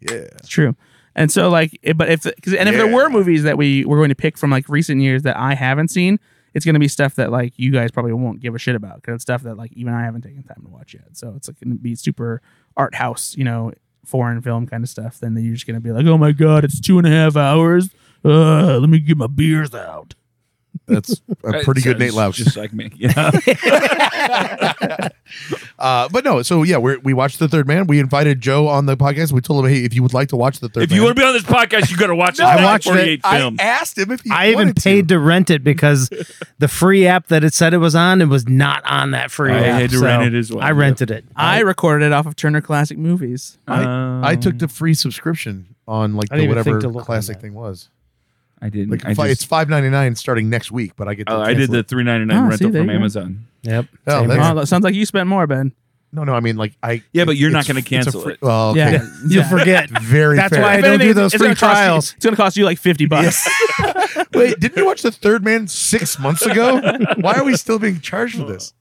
Yeah,
It's true. And so like, it- but if 'cause- and if there
Yeah.
were movies that we were going to pick from like recent years that I haven't seen, it's going to be stuff that like you guys probably won't give a shit about because it's stuff that like even I haven't taken time to watch yet. So it's like going to be super art house, you know, foreign film kind of stuff. Then you're just going to be like, oh my god, it's two and a half hours. Uh, let me get my beers out.
That's a pretty good Nate Louse.
just like me. Yeah.
Uh, but no, so yeah, we we watched the Third Man. We invited Joe on the podcast. We told him, hey, if you would like to watch the Third
if
Man,
you want to be on this podcast, you got to watch. this
I
I
watched it.
film.
I asked him if he.
I even
wanted to.
paid to. rent it because the free app that it said it was on, it was not on that free
I
app.
had to
so
rent it as well.
I rented it.
I recorded it off of Turner Classic Movies.
Um,
I took the free subscription on like
I didn't
the
even think
whatever
to look on
classic
that. Mm,
thing was.
I didn't.
Like
I,
fi- it's
just,
five ninety nine starting next week, but I get. To
oh, I did
cancel
the
it.
three ninety
Oh,
nine
see,
rental
there
from
you go.
Amazon.
Yep.
Oh,
Same
that's-
here.
Oh, that sounds like you spent more, Ben.
No, no, I mean like I.
Yeah, but you're
it's-
not gonna
it's a
cancel
free-
it.
Well, okay.
Yeah.
You'll
Yeah.
forget.
Very.
That's
fair.
why I
If
don't do
anything,
those
it's
free
gonna cost you-
trials.
it's going to cost you like 50 bucks.
Wait, didn't you watch The Third Man six months ago? Why are we still being charged for this?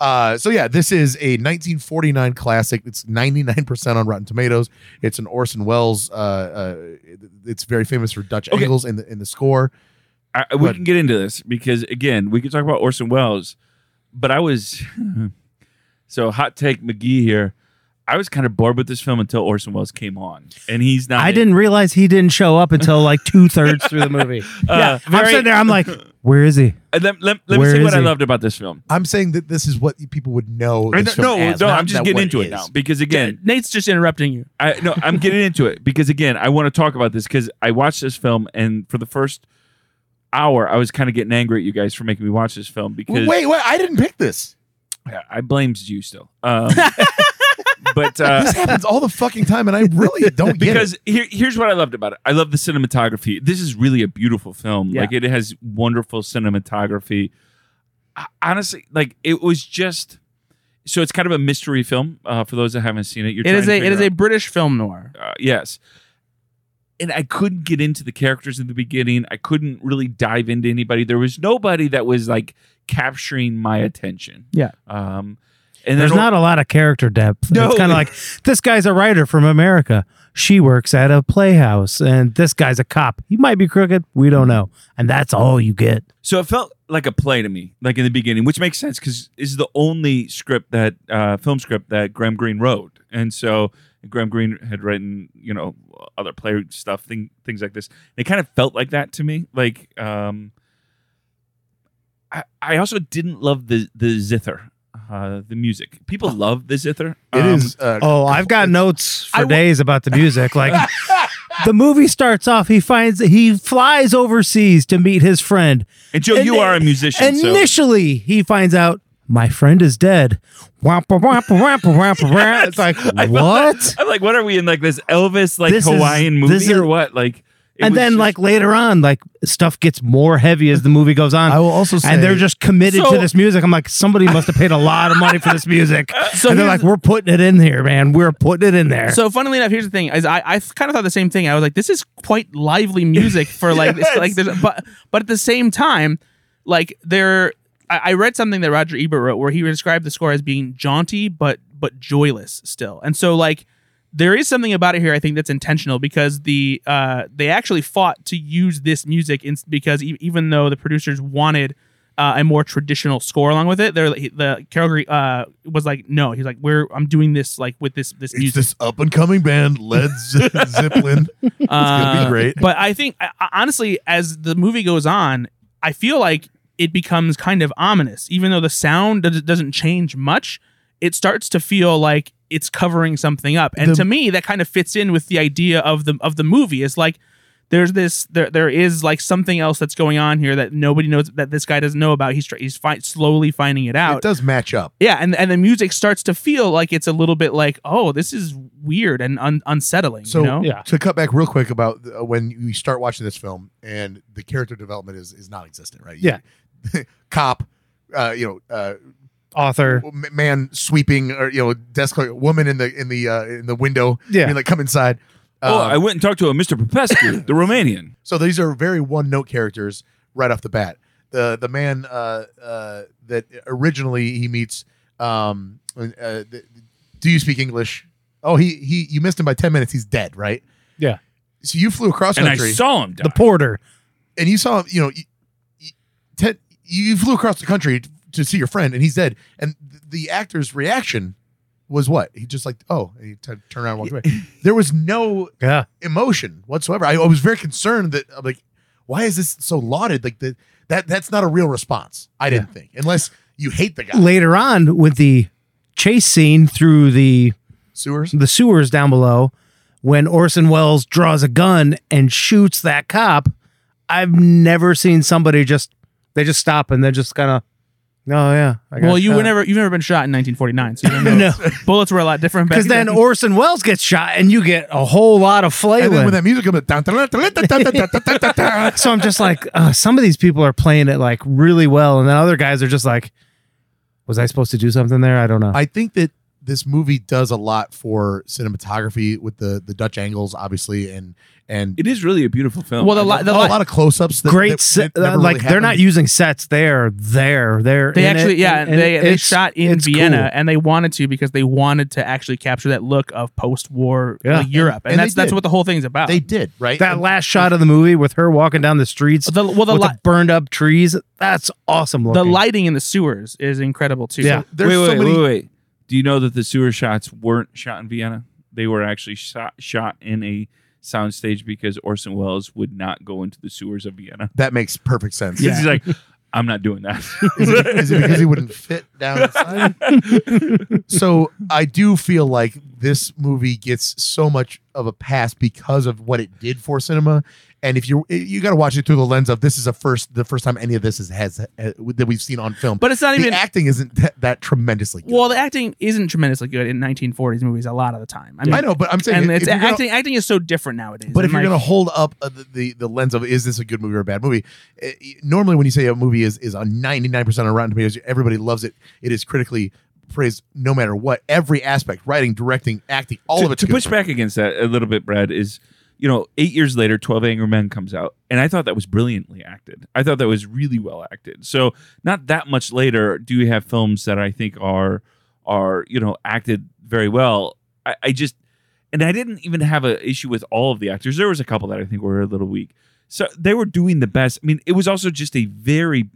Uh, so yeah, this is a 1949 classic. It's 99% on Rotten Tomatoes. It's an Orson Welles. Uh, uh, it's very famous for Dutch
Okay.
angles in the in the score.
I, we
What?
can get into this because again, we could talk about Orson Welles, but I was so hot take McGee here. I was kind of bored with this film until Orson Welles came on, and he's not.
I didn't realize he didn't show up until like two thirds through the movie.
Uh,
I'm
very-
sitting there. I'm like, where is he?
Uh, Let, let, let me
Where
see
is
what I
he?
loved about this film.
I'm saying that this is what people would know.
No,
this film
no,
as,
no,
not
I'm just
that
getting
what
into it,
is.
now because again,
Nate's just interrupting you.
I no, I'm getting into it because again, I want to talk about this because I watched this film, and for the first hour, I was kind of getting angry at you guys for making me watch this film because
Wait, wait, I didn't pick this.
Yeah, I blames you still. Um, but uh,
This happens all the fucking time, and I really don't get it.
because here, here's what I loved about it. I love the cinematography. This is really a beautiful film.
Yeah.
Like it has wonderful cinematography. I- honestly, like it was just. So it's kind of a mystery film uh, for those that haven't seen it. You're
It is a
trying to
it is
figure
a British film noir.
out- uh, yes. And I couldn't get into the characters in the beginning. I couldn't really dive into anybody. There was nobody that was like capturing my attention.
Yeah.
Um, and
There's
then
not a lot of character depth.
No.
It's kind of like this guy's a writer from America. She works at a playhouse, and this guy's a cop. He might be crooked. We don't know, and that's all you get.
So it felt like a play to me, like in the beginning, which makes sense because this is the only script that uh, film script that Graham Greene wrote, and so Graham Greene had written, you know, other play stuff, thing, things like this. And it kind of felt like that to me. Like, um, I, I also didn't love the the zither, uh, the music. People love the zither.
It
Um,
is. Uh,
Oh, I've got notes for
I wa-
days about the music. Like the movie starts off, he finds he flies overseas to meet his friend.
And Joe,
And
you
they-
are a musician, so
Initially, he finds out my friend is dead. Wah, bah, wah, bah, wah, bah, wah, bah, wah. It's like
I felt
what?
that- I'm like, what are we in like this Elvis like
This is-
Hawaiian movie
this
or
is-
what? Like, it
And
was
then
just-
like later on, like stuff gets more heavy as the movie goes on.
I will also say,
and they're just committed
So-
to this music. I'm like, somebody must have paid a lot of money for this music.
So
and they're
here's-
like, we're putting it in here, man. We're putting it in there.
So funnily enough, here's the thing: is I, I kind of thought the same thing. I was like, this is quite lively music for like this, like there's but but at the same time, like there, I, I read something that Roger Ebert wrote where he described the score as being jaunty but but joyless still, and so like there is something about it here I think that's intentional because the uh, they actually fought to use this music in, because e- even though the producers wanted uh, a more traditional score along with it, they're like- the Carol Gre- uh, was like, no, he's like, we're I'm doing this like with this this
it's
music.
this up and coming band, Led Z- Zeppelin. gonna be
Uh,
great.
But I think, I- I- honestly, as the movie goes on, I feel like it becomes kind of ominous. Even though the sound does- doesn't change much, it starts to feel like it's covering something up. And
The-
to me, that kind of fits in with the idea of the of the movie. It's like there's this there there is like something else that's going on here that nobody knows that this guy doesn't know about. He's tr- he's fi- slowly finding it out.
It does match up.
Yeah, and and the music starts to feel like it's a little bit like, oh, this is weird and un- unsettling.
So
you know?
Yeah.
to cut back real quick about uh, when you start watching this film and the character development is is non-existent, right? You- cop, uh, you know, uh,
Author.
m- man sweeping or you know desk clerk, woman in the in the uh, in the window.
Yeah.
I mean, like come inside.
Oh,
Um,
I went and talked to a Mr. Popescu, the Romanian.
So these are very one-note characters right off the bat. The the man uh, uh, that originally he meets. Um, uh, the, do you speak English? Oh, he he. You missed him by ten minutes. He's dead, right?
Yeah.
So you flew across
And I
country,
saw him die.
The porter.
and you saw him. You know, you, you, ten, you flew across the country to see your friend, and he's dead. And th- the actor's reaction was what? He just like, oh, and he t- turned around and walked away. There was no
Yeah.
emotion whatsoever. I, I was very concerned that I'm like, why is this so lauded? Like the That that's not a real response. I didn't think, unless you hate the guy.
Later on, with the chase scene through the
Sewers.
the sewers down below, when Orson Welles draws a gun and shoots that cop, I've never seen somebody just they just stop and they're just kind of, oh yeah. I got
Well, you
shot."
were never you've never been shot in 1949, so you don't know.
No.
Bullets were a lot different back
Because then Orson Welles gets shot, and you get a whole lot of
And then
flailing.
when that music comes, down,
so I'm just like, uh, some of these people are playing it like really well, and then other guys are just like, was I supposed to do something there? I don't know.
I think that this movie does a lot for cinematography with the the Dutch angles, obviously, and and
It is really a beautiful film.
Well, the
I
li-
love-
the
a
li-
lot of close ups.
Great, set, uh, like they're not using sets. They're there. They're
They
in it,
actually, yeah,
and- and
they, they
it's-
shot in
it's
Vienna,
cool.
and they wanted to because they wanted to actually capture that look of post-war uh,
Yeah.
Europe, and,
And they
that's that's
did.
what the whole thing's about.
They did right.
That
And
last shot of the movie with her walking down the streets
the, well, the,
with
li-
the burned up trees. That's awesome
the
looking.
lighting in the sewers is incredible too.
Yeah.
there's
wait,
so
wait,
many.
wait, wait. Do you know that the sewer shots weren't shot in Vienna? They were actually shot, shot in a soundstage because Orson Welles would not go into the sewers of Vienna.
That makes perfect sense.
'Cause
Yeah.
He's like, I'm not doing that.
is, it, is it because he wouldn't fit down inside? so I do feel like this movie gets so much of a pass because of what it did for cinema. And if you you got to watch it through the lens of this is a first the first time any of this is, has uh, that we've seen on film.
but it's not
the
even.
acting isn't that, that tremendously good.
well, the acting isn't tremendously good in 1940s movies a lot of the time. I mean,
I know, but I'm saying
and
if
it's
you're gonna-
acting. acting is so different nowadays.
But
And,
if you're
like,
going to hold up uh, the, the the lens of is this a good movie or a bad movie, eh, eh, normally when you say a movie is is on 99% on Rotten Tomatoes, everybody loves it. It is critically praised no matter what. Every aspect, writing, directing, acting, all
to,
of it.
to push back against that a little bit, Brad, is you know, eight years later, Twelve Angry Men comes out, and I thought that was brilliantly acted. I thought that was really well acted. So not that much later do we have films that I think are are you know acted very well. I, I just and I didn't even have an issue with all of the actors. There was a couple that I think were a little weak. So they were doing the best. I mean, it was also just a very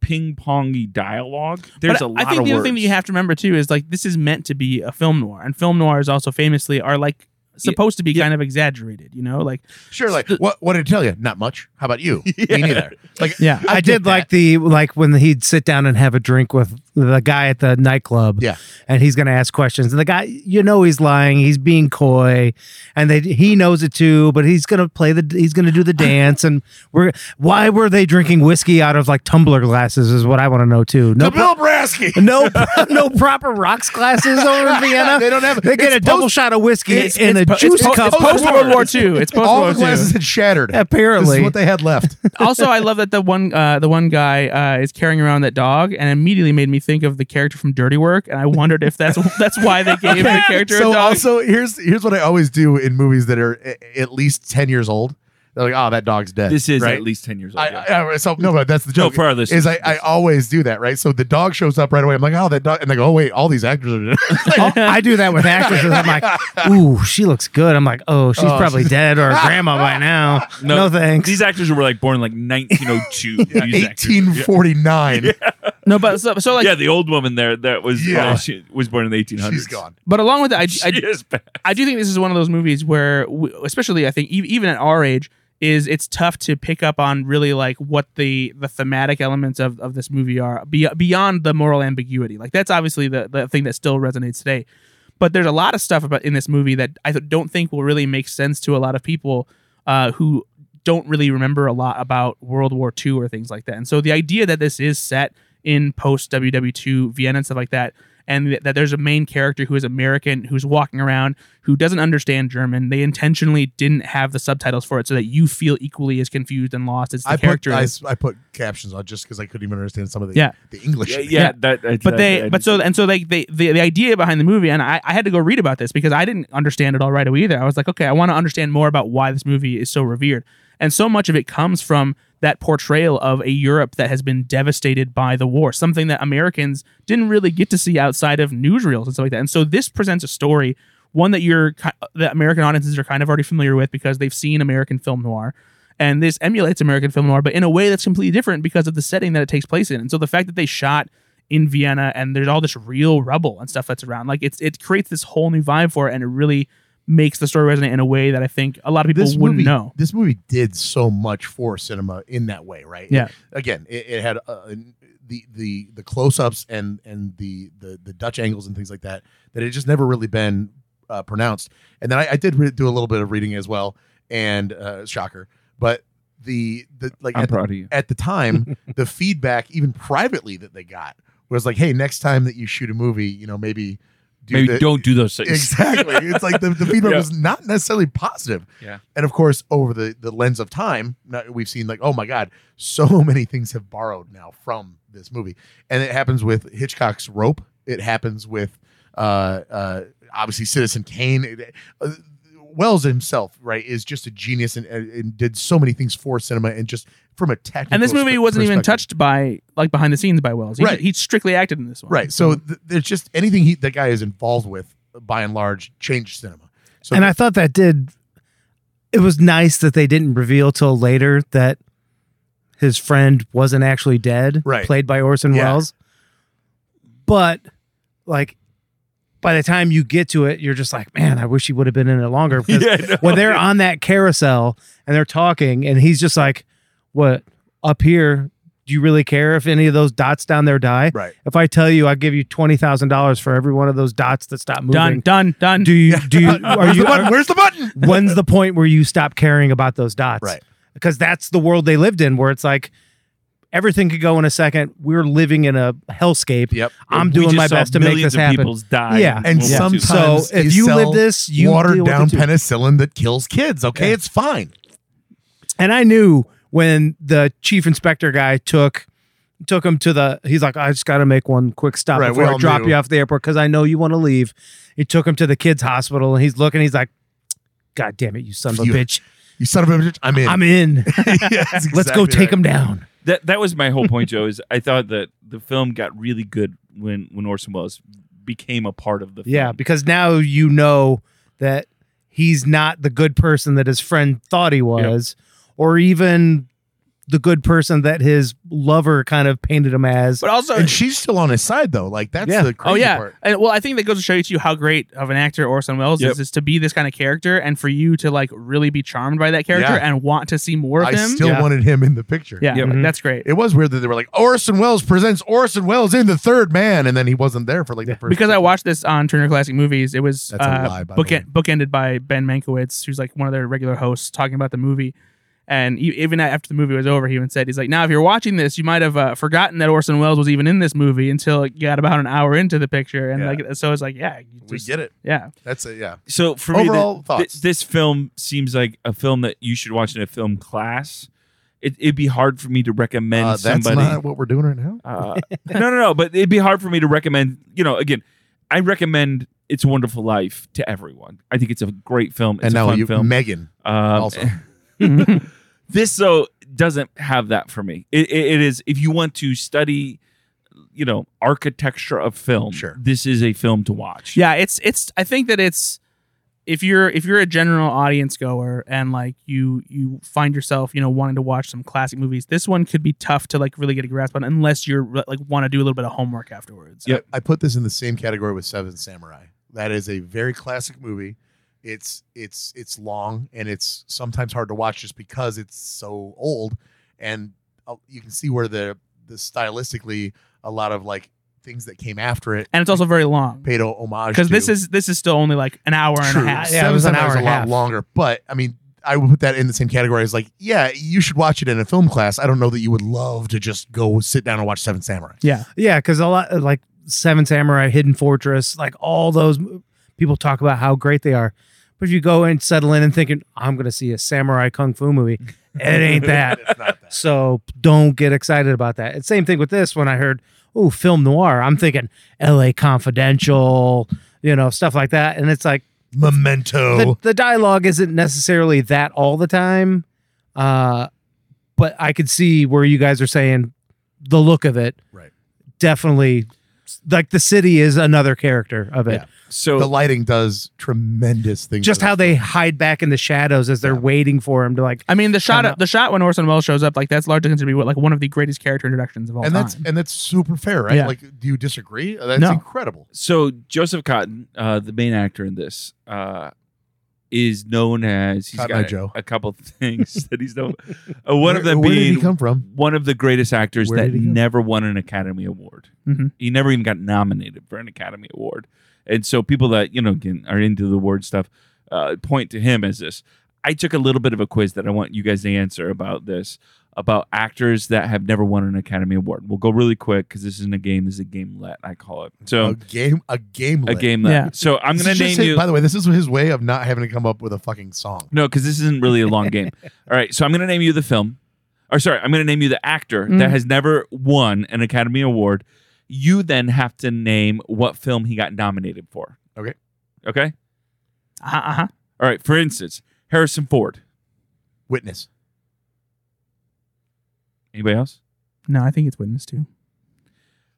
ping pongy dialogue. There's
but
a lot
I think
of
the
words.
other thing that you have to remember too is like this is meant to be a film noir, and film noirs also famously are like supposed to be kind of exaggerated. You know, like
Sure, like what what did it tell you? Not much. How about you? Me neither. Like
yeah,
I,
get
did
that.
like the like when he'd sit down and have a drink with the guy at the nightclub.
Yeah.
and he's going to ask questions, and the guy, you know, he's lying, he's being coy, and they he knows it too, but he's going to play the he's going to do the dance, and we're why were they drinking whiskey out of like tumbler glasses is what I want to know too. No,
to Bill Brasky.
no, no proper rocks glasses over in Vienna.
They don't have-
They get
it's
a double shot of whiskey
it's,
in a
it's po-
juice
it's po-
cup.
It's post World War II. It's post
All the
World War II.
glasses had shattered.
Apparently.
this is what they had left.
also, I love that the one uh, the one guy uh, is carrying around that dog, and immediately made me think of the character from Dirty Work, and I wondered if that's that's why they gave the character
so
a dog.
also here's here's what I always do in movies that are a- at least ten years old. They're like, oh, that dog's dead.
This is
right?
at least ten years old.
I,
yeah.
I, I- so no, but that's the
No,
joke.
for our
is
listeners.
I, I always do that, right? So the dog shows up right away. I'm like, oh, that dog, and they go, oh wait, all these actors are.
Oh, I do that with actresses. I'm like, ooh, she looks good. I'm like, oh, she's
Oh,
probably dead or a grandma by now. No, thanks.
These actors were like born like 1902. These actors.
1849.
no, but so, so like,
yeah, the old woman there that was
Yeah.
uh, she was born in the 1800s.
She's gone.
but along with that,
She
I, I,
is bad.
I do think this is one of those movies where, we, especially I think e- even at our age, is it's tough to pick up on really like what the the thematic elements of, of this movie are be, beyond the moral ambiguity. Like that's obviously the, the thing that still resonates today. But there's a lot of stuff about in this movie that I th- don't think will really make sense to a lot of people uh, who don't really remember a lot about World War II or things like that. And so the idea that this is set in post WW2 Vienna and stuff like that, and th- that there's a main character who is American who's walking around who doesn't understand German. They intentionally didn't have the subtitles for it so that you feel equally as confused and lost as the
I put
character
I,
is.
I put captions on just because I couldn't even understand some of the
Yeah.
the English.
Yeah, yeah,
Yeah.
that. I,
But
that-
they,
I-
but so and so, like they, the the idea behind the movie, and I, I had to go read about this because I didn't understand it all right away either. I was like, okay, I want to understand more about why this movie is so revered, and so much of it comes from that portrayal of a Europe that has been devastated by the war, something that Americans didn't really get to see outside of newsreels and stuff like that. And so this presents a story, one that you're ki- that American audiences are kind of already familiar with because they've seen American film noir, and this emulates American film noir, but in a way that's completely different because of the setting that it takes place in. And so the fact that they shot in Vienna and there's all this real rubble and stuff that's around, like it's it creates this whole new vibe for it, and it really makes the story resonate in a way that I think a lot of people
this
wouldn't
movie,
know.
This movie did so much for cinema in that way, right?
Yeah.
Again, it, it had uh, an- the the the close ups and and the, the the Dutch angles and things like that that had just never really been uh, pronounced. And then I, I did re- do a little bit of reading as well, and uh, shocker, but the the like
I'm
at the,
proud of you.
at the time, the feedback even privately that they got was like, "Hey, next time that you shoot a movie, you know maybe." Do
Maybe
the-
don't do those things.
Exactly. It's like the, the feedback
Yeah.
was not necessarily positive.
Yeah.
And of course, over the, the lens of time, now we've seen like, oh my God, so many things have borrowed now from this movie. And it happens with Hitchcock's Rope. It happens with uh, uh, obviously Citizen Kane. It- uh, Wells himself, right, is just a genius and, and and did so many things for cinema and just from a technical
And this movie
spe-
wasn't even
perspective.
touched by like behind the scenes by Wells. He,
Right.
he strictly acted in this one.
Right. So th- there's just anything he, that guy is involved with, by and large, changed cinema. So
and I thought that did. It was nice that they didn't reveal till later that his friend wasn't actually dead,
Right.
played by Orson
Yeah.
Welles. But like, by the time you get to it, you're just like, man, I wish he would have been in it longer. Because
Yeah, I know.
when they're on that carousel and they're talking, and he's just like, "What up here? Do you really care if any of those dots down there die?
Right.
If I tell you, I give you twenty thousand dollars for every one of those dots that stop moving.
Done, done, done.
Do you? Do you? Are
Where's
you?
the button? Where's the button?
when's the point where you stop caring about those dots?
Right.
Because that's the world they lived in, where it's like everything could go in a second. We're living in a hellscape.
Yep.
I'm
We
doing
just
my
saw
best to make
millions
this
of
happen.
People's die
Yeah.
in
And
World War
some-
II.
So
Sometimes
if
you
you
sell
live this, you deal
watered
with it
down
too.
penicillin that kills kids. Okay, it's fine.
And I knew when the chief inspector guy took took him to the he's like, I just gotta make one quick stop
Right, we
before I
all
drop
knew.
you off at the airport because I know you want to leave. He took him to the kids hospital and he's looking, he's like, God damn it, you son of a
You-
bitch.
You son of a bitch. I'm in.
I'm in.
Yes,
Let's go
exactly
take
right.
him down.
that that was my whole point, Joe. Is I thought that the film got really good when when Orson Welles became a part of the film.
Yeah, because now you know that he's not the good person that his friend thought he was, or even the good person that his lover kind of painted him as.
but also
And she's still on his side though. Like that's
Yeah.
the crazy
oh yeah
part.
And, well i think that goes to show you too how great of an actor orson welles
Yep.
is is to be this kind of character and for you to like really be charmed by that character
Yeah.
and want to see more of
I
him
still
Yeah.
wanted him in the picture.
yeah
Yep.
like,
Mhm.
that's great
It was weird that they were like Orson Welles presents Orson Welles in the Third Man, and then he wasn't there for like the first
because i watched this on turner classic movies it was
That's a
uh,
lie, by the
book
way.
bookended by ben mankowitz who's like one of their regular hosts talking about the movie and e- even after the movie was over, he even said, "He's like, now if you're watching this, you might have uh, forgotten that Orson Welles was even in this movie until it got about an hour into the picture." And
Yeah.
like, so it's like, yeah, you
We
just-
get it.
yeah,
That's it. Yeah.
So for
Overall
me, thi-
thoughts?
thi- this film seems like a film that you should watch in a film class. It, it'd be hard for me to recommend
Uh, that's
somebody.
not what we're doing right now.
Uh, no, no, no. But it'd be hard for me to recommend. You know, again, I recommend "It's a Wonderful Life" to everyone. I think it's a great film. It's
and
a
now
fun
you,
film.
Megan.
Um,
also,
this though doesn't have that for me. It, it, it is if you want to study, you know, architecture of film.
Sure.
this is a film to watch.
Yeah, it's it's. I think that it's if you're if you're a general audience goer and like you you find yourself you know wanting to watch some classic movies, this one could be tough to like really get a grasp on unless you're like want to do a little bit of homework afterwards.
Yep.
I put this in the same category with Seven Samurai. That is a very classic movie. It's it's it's long and it's sometimes hard to watch just because it's so old, and uh, you can see where the the stylistically a lot of like things that came after it
and it's also very long
paid o- homage
because this
to.
is this is still only like an hour and
True.
a half.
Yeah, it
Seven
was an
Samurai
hour
is
and a
a lot
half.
longer, but I mean. I would put that in the same category as like, yeah, you should watch it in a film class. I don't know that you would love to just go sit down and watch Seven Samurai.
Yeah,
Yeah, because a lot like Seven Samurai, Hidden Fortress, like all those m- people talk about how great they are. But if you go and settle in and thinking, I'm going to see a samurai kung fu movie, it ain't that.
it's not that.
So don't get excited about that. It's same thing with this. When I heard, oh, film noir, I'm thinking L.A. Confidential, you know, stuff like that. And it's like
Memento.
the, the dialogue isn't necessarily that all the time. Uh, but I could see where you guys are saying the look of it.
Right.
Definitely. Like the city is another character of it.
Yeah.
So
the lighting does tremendous things.
Just
for
how
this.
they hide back in the shadows as they're
Yeah.
waiting for him to like.
I mean the shot
Come up.
the shot when Orson Welles shows up like that's largely considered to be what, like one of the greatest character introductions of all
and
time.
that's and that's super fair, right?
Yeah.
Like, do you disagree? That's
No.
incredible.
so Joseph Cotton, uh, the main actor in this, uh, is known as he's
Cotton Eye
got a,
Joe.
a couple things that he's known. Uh, one of
Where-
them
where did
being
he come from?
one of the greatest actors
Where
that
did he go?
never won an Academy Award.
Mhm.
He never even got nominated for an Academy Award. And so people that, you know, again, are into the award stuff uh, point to him as this. I took a little bit of a quiz that I want you guys to answer about this, about actors that have never won an Academy Award. We'll go really quick because this isn't a game. This is a gamelet, I call it.
a
So
game, a game,
a
lit.
gamelet.
Yeah.
So I'm
This
going
is
to
just
name
his-
you.
By the way, this is his way of not having to come up with a fucking song.
No, because this isn't really a long game. All right, so I'm going to name you the film, or sorry, I'm going to name you the actor
Mm.
that has never won an Academy Award. You then have to name what film he got nominated for.
Okay.
Okay.
Uh-huh, uh-huh.
All right. For instance, Harrison Ford.
Witness.
Anybody else?
No, I think it's Witness too.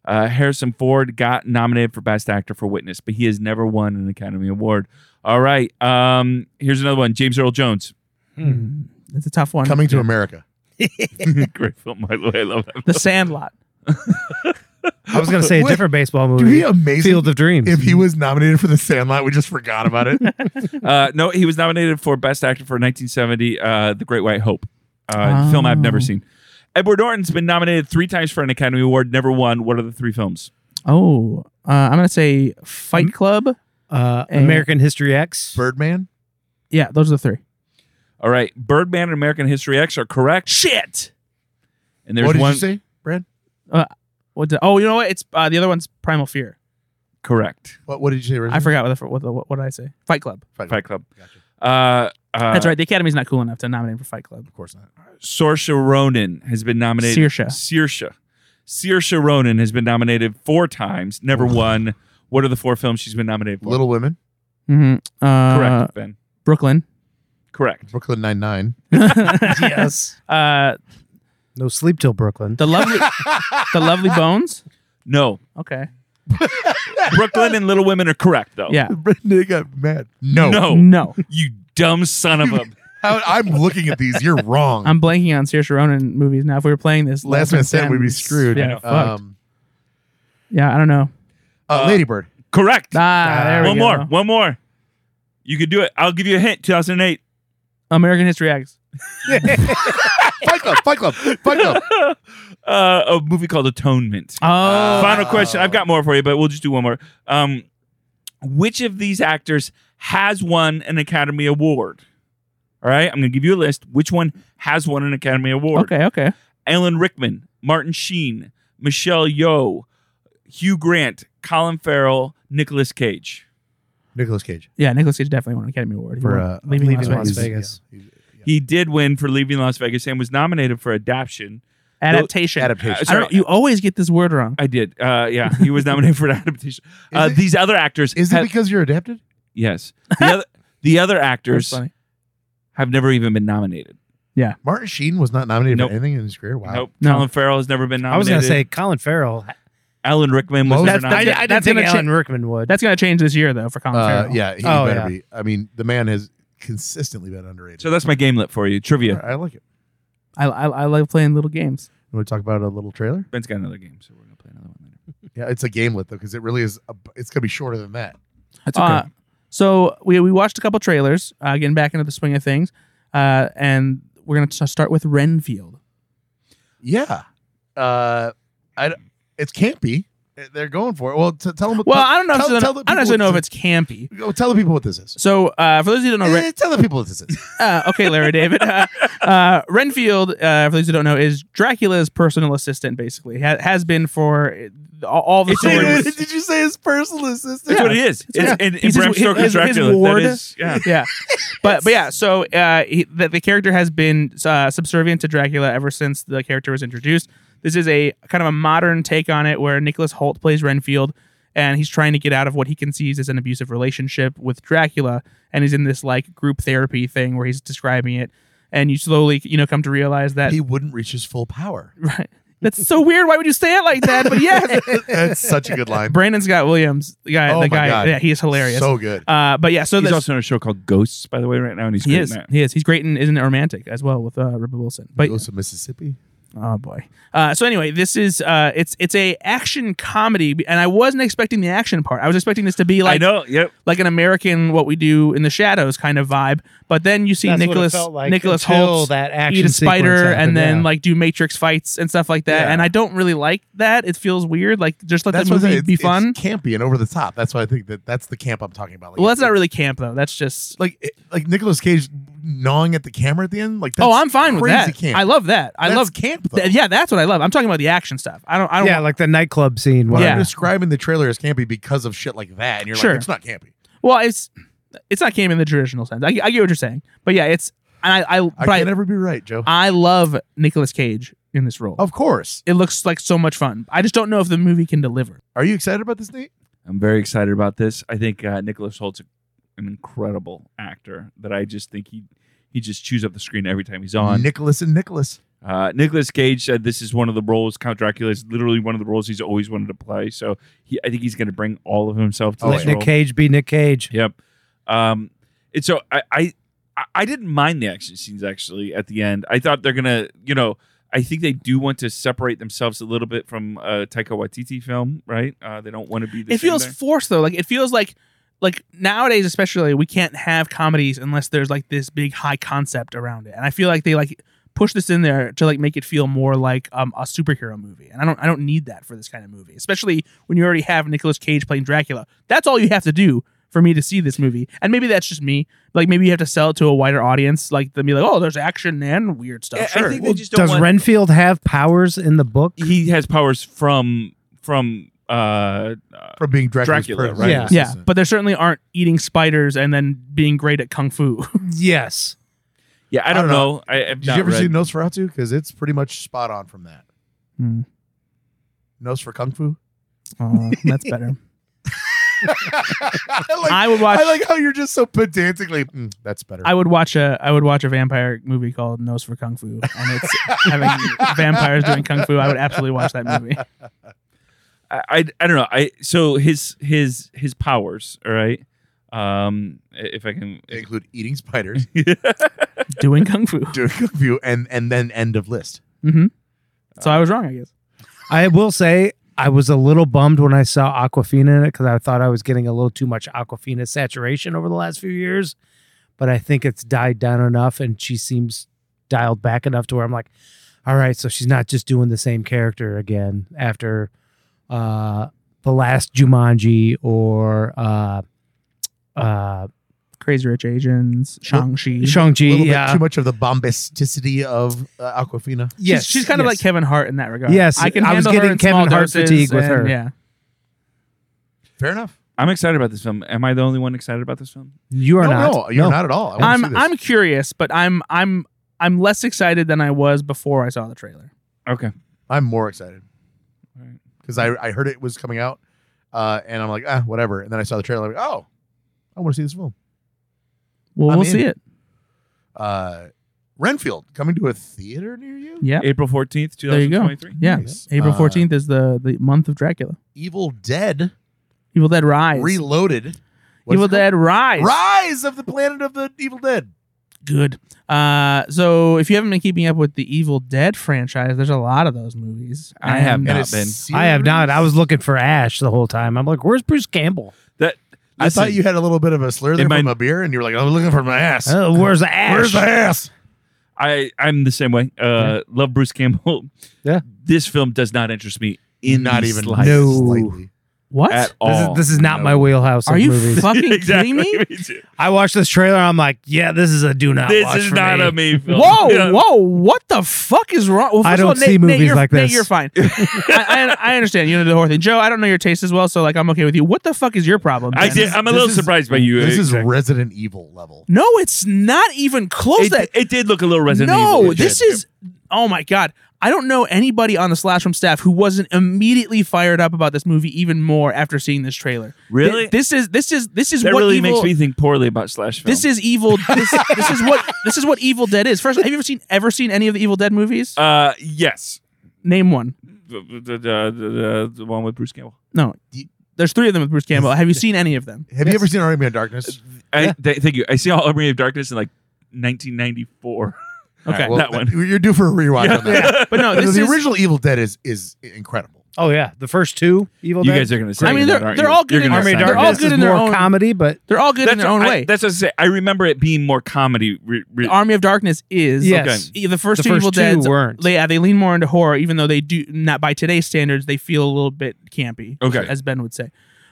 Uh, Harrison Ford got nominated for Best Actor for Witness, but he has never won an Academy Award. All right. Um, here's another one. James Earl Jones.
Mm. It's a tough one.
Hmm. Coming to America.
Great film, by the way. I love that.
The Sandlot.
I was gonna say a
Wait,
different baseball
Dude, he
movie.
amazing.
Field of Dreams.
if he was nominated for The Sandlot, we just forgot about it.
Uh, no, he was nominated for Best Actor for 1970, uh, The Great White Hope, uh,
Oh.
film I've never seen. Edward Norton's been nominated three times for an Academy Award, never won. What are the three films?
Oh, uh, I'm gonna say
Mm.
Fight Club.
uh,
And-
American History X.
Birdman.
Yeah, those are the three.
All right, Birdman and American History X are correct. Shit. And there's
what did
one
you say, Brad?
What? the- oh, you know what? It's uh, the other one's Primal Fear.
correct.
What, what did you say?
I
originally?
forgot what the, what, the, what did I say? Fight Club.
Fight Club.
Gotcha.
Uh, uh,
That's right. The Academy's not cool enough to nominate him for Fight Club.
Of course not.
Saoirse Ronan has been nominated.
Saoirse.
Saoirse. Saoirse Ronan has been nominated four times, never won. What are the four films she's been nominated for?
Little Women.
Mm-hmm. Uh,
correct, Ben.
Brooklyn.
Correct.
Brooklyn Nine Nine.
yes. Uh,
No sleep till Brooklyn.
the lovely, the lovely bones.
No,
Okay.
Brooklyn and Little Women are correct though.
Yeah.
Brendan got mad. No,
No.
No,
You dumb son of a.
How- I'm looking at these. You're wrong.
I'm blanking on Saoirse Ronan movies now. If we were playing this
Last Man Stand, we'd be screwed.
Yeah, fucked.
um,
yeah. I don't know.
uh,
Uh,
Ladybird.
correct.
Ah, there we
one
go.
more. One more. You could do it. I'll give you a hint. 2008.
American History X.
Fight Club. Fight Club. Fight Club.
uh, a movie called Atonement.
Oh,
Uh,
Uh, Final question. I've got more for you, but we'll just do one more. Um, which of these actors has won an Academy Award? All right, I'm going to give you a list. Which one has won an Academy Award?
okay. Okay.
Alan Rickman, Martin Sheen, Michelle Yeoh, Hugh Grant, Colin Farrell, Nicolas Cage.
Nicholas Cage
Yeah, Nicholas Cage definitely won an Academy Award He
for
won
uh,
Leaving,
Leaving
Las
Las
Vegas.
Vegas. Vegas.
Yeah.
He did win for Leaving Las Vegas and was nominated for Adaptation.
Adaptation.
Adaptation.
Uh,
I don't. You always get this word wrong.
I did. Uh, yeah, he was nominated for Adaptation. Uh,
Is it-
these other actors.
Is it
have-
because you're adapted?
yes. The other, the other actors
funny.
have never even been nominated.
Martin Sheen was not nominated
Nope.
for anything in his career. Wow.
Nope.
No.
Colin Farrell has never been
I
nominated.
was gonna say Colin Farrell.
Alan Rickman was
Most-
never
That's-
I, I
nominated.
that's
didn't think
gonna
Alan Rickman would.
That's gonna change this year though for Colin
Uh,
Farrell.
yeah, he
Oh,
better
yeah.
be. I mean, the man has consistently been underrated.
so that's my gamelet for you. Trivia.
I like it.
I, I I like playing little games.
You want to talk about a little trailer?
Ben's got another game, so we're gonna play another one later.
Yeah, it's a gamelet though, because it really is. A, it's gonna be shorter than that.
That's
Uh, so we we watched a couple trailers. Uh, getting back into the swing of things, uh, and we're gonna t- start with Renfield.
Yeah. Uh, I. d- It's campy. They're going for it. Well, t- tell them.
Well, I don't know.
Tell-
if
tell
it's,
the
I don't necessarily know
people
if it's campy.
Go tell the people what this is.
So uh, for those of you who don't know, Ren-
Eh, tell the people what this is.
uh, okay, Larry David. Uh, uh, Renfield, uh, for those who don't know, is Dracula's personal assistant. Basically, ha- has been for uh, all, all the
It's
stories.
Dude,
did you say his personal assistant?
That's what it is. It's,
yeah.
in, in
He's his-
Bram
his-
Stoker's
his- his
Dracula.
ward.
That is, yeah.
yeah but but yeah so uh he, the, the character has been uh, subservient to dracula ever since the character was introduced this is a kind of a modern take on it where nicholas holt plays renfield and he's trying to get out of what he conceives as an abusive relationship with dracula and he's in this like group therapy thing where he's describing it and you slowly you know come to realize that
He wouldn't reach his full power.
right that's so weird why would you say it like that but yes
That's such a good line.
brandon scott williams the guy
Oh my
the guy
God.
yeah he's hilarious
So good.
uh but yeah so
He's
this-
also in a show called Ghosts, by the way, right now, and he's
he
great
is.
in that.
He is. He's great and isn't it romantic as well with uh, Rebel Wilson. But
Ghost of Mississippi.
Oh boy. Uh, so anyway, this is uh, it's it's a action comedy, and I wasn't expecting the action part. I was expecting this to be
I
like
know. Yep.
like an American What We Do in the Shadows kind of vibe. But then you see
That's what it
Nicholas
felt like
Nicholas
until
Holt
that action
eat a
sequence
spider and
happened,
then
yeah.
like do Matrix fights and stuff like that.
Yeah.
And I don't really like that. It feels weird. Like just let that
what I'm
movie
saying,
be
it's-
fun.
It's campy and over the top. That's why I think that that's the camp I'm talking about. Like,
well, that's not really camp though. That's just
like it- like Nicolas Cage gnawing at the camera at the end. Like that's
oh, I'm fine with
crazy
that.
Camp.
I love that. I
That's
love
camp. Though.
th- yeah, that's what I love. I'm talking about the action stuff. I don't. I don't.
yeah, like the nightclub scene.
But
where-
Yeah.
I'm describing the trailer as campy because of shit like that, and you're
Sure.
like, it's not campy.
Well, it's it's not camp in the traditional sense. I, I get what you're saying, but yeah, it's and I I
I
but I,
can't ever be right, Joe.
I love Nicolas Cage in this role.
of course.
It looks like so much fun. I just don't know if the movie can deliver.
Are you excited about this, Nate?
I'm very excited about this. I think uh, Nicholas Holt's an incredible actor that I just think he he just chews up the screen every time he's on.
Nicholas and Nicholas.
Uh, Nicholas Cage said this is one of the roles Count Dracula is literally one of the roles he's always wanted to play. So he, I think he's going to bring all of himself to
Oh,
this
Let
yeah.
role.
Nick Cage be Nick Cage.
Yep. Um, and so I, I I- I didn't mind the action scenes actually at the end. I thought they're gonna, you know, I think they do want to separate themselves a little bit from uh, Taika Waititi film, right? Uh, they don't want to be. The
it
same
feels
there.
forced though. Like it feels like like nowadays, especially, we can't have comedies unless there's like this big high concept around it. And I feel like they like push this in there to like make it feel more like um, a superhero movie. And I don't I don't need that for this kind of movie, especially when you already have Nicolas Cage playing Dracula. That's all you have to do for me to see this movie. And maybe that's just me. Like maybe you have to sell it to a wider audience. Like they'll be like, oh, there's action and weird stuff.
I- I
sure.
think they
Well,
just don't
does
want-
Renfield have powers in the book?
he has powers from from uh, uh,
From being Dracula's
Dracula,
per-
right?
Yeah.
yeah,
assistant.
but there certainly aren't eating spiders and then being great at kung fu.
Yes.
yeah. I don't,
don't
know. I, have
did you
not
ever
read-
see Nosferatu? Because it's pretty much spot on from that.
Hmm.
Nose for Kung Fu.
Oh, that's better.
I like,
I would watch.
I like how you're just so pedantically. "Mm, that's better.
I would watch a I would watch a vampire movie called Nose for Kung Fu, and it's having vampires doing kung fu. I would absolutely watch that movie.
I, I I don't know. I so his his his powers. All right. Um, if I can.
They include eating spiders,
Doing kung fu.
doing Kung Fu, and and then end of list.
hmm So I was wrong, I guess.
I will say I was a little bummed when I saw Aquafina in it because I thought I was getting a little too much Aquafina saturation over the last few years. But I think it's died down enough and she seems dialed back enough to where I'm like, all right, so she's not just doing the same character again after uh the last Jumanji or uh uh
Crazy Rich Asians, Shang Chi.
Shang-Chi.
A little
Yeah.
bit too much of the bombasticity of uh, Aquafina.
yes.
she's, she's kind of
yes.
like Kevin Hart in that regard.
Yes,
I can
I was
handle her
getting
in small
Kevin Hart
doses
fatigue with
and-
her.
Yeah,
Fair enough.
I'm excited about this film. Am I the only one excited about this film?
you are
no,
not.
no, you're not at all. I wanna see
I'm
this.
I'm curious, but I'm I'm I'm less excited than I was before I saw the trailer.
Okay.
I'm more excited
Right.
because I, I heard it was coming out, uh, and I'm like, ah, whatever. And then I saw the trailer. like, oh, I want to see this film.
Well,
I'm
we'll
in.
see it.
Uh, Renfield coming to a theater near you.
Yeah,
April 14th,
There you go.
2023.
yeah.
Nice.
April
Uh,
fourteenth is the the month of Dracula.
Evil Dead
Evil Dead Rise.
Reloaded. What is it
Evil
called?
Dead Rise.
Rise of the Planet of the Evil Dead.
Good. Uh, so if you haven't been keeping up with the Evil Dead franchise, there's a lot of those movies.
I have
And
Not
And a
been.
I have not. I
series?
was looking for Ash the whole time. I'm like, where's Bruce Campbell?
That
I thought you had a little bit of a slur there
In my-
from a beer, and you were like, I'm looking for my ass.
Oh, where's the Ash?
Where's the ass?
I I'm the same way. Uh, Love Bruce Campbell.
Yeah.
This film does not interest me in
not
the
even
slightest.
No.
slightly.
What?
at
This
all.
is, this is not my wheelhouse.
Are
of
you
movies.
fucking
exactly.
kidding me?
too.
I watched this trailer. I'm like, yeah, this is a do not.
This
watch
is
for
not
me.
a me film.
Whoa,
Yeah.
whoa! What the fuck is wrong? Well, first
I
of
don't
all,
see
Nate, Nate,
movies
you're-
like
Nate,
this.
you're fine. I, I, I understand. You know the whole thing, Joe. I don't know your taste as well, so like I'm okay with you. What the fuck is your problem?
I
Ben?
did. I'm a little
is-
surprised by you.
This is
Exactly.
Resident Evil level.
No, it's not even close.
It,
that
it did look a little Resident
no,
Evil. It
this
did.
is oh my god. I don't know anybody on the Slash from staff who wasn't immediately fired up about this movie even more after seeing this trailer.
Really?
Th- this is this is this is
that
what
really
evil,
makes me think poorly about slash film.
This is evil. This, this is what this is what Evil Dead is. First, have you ever seen ever seen any of the Evil Dead movies?
Uh, yes.
Name one.
The, the, the, the, the one with Bruce Campbell.
No, there's three of them with Bruce Campbell. Have you seen any of them?
Have you ever seen Army of Darkness?
I,
Yeah.
th- thank you. I see all Army of Darkness in like 1994. All
Okay.
right, that one.
You're due for a rewatch on that.
But no, this
the
is
original Evil Dead is is incredible.
Oh yeah, the first two Evil
You
Dead.
guys are going to say.
I mean,
that,
they're-
aren't
they're
you?
all good
You're
in
gonna
Army
say
of
they're
that.
Darkness
all good
is
in their
more
own-
comedy, but
they're all good
That's
in their
what
own
I-
way.
That's what I say. I remember it being more comedy. Re, re,
The Army of Darkness is
yes,
Okay.
Yeah, the first
the
two
first
Evil
two
Dead's
weren't.
They, yeah, they lean more into horror, even though they do not by today's standards, they feel a little bit campy.
Okay.
as Ben would say.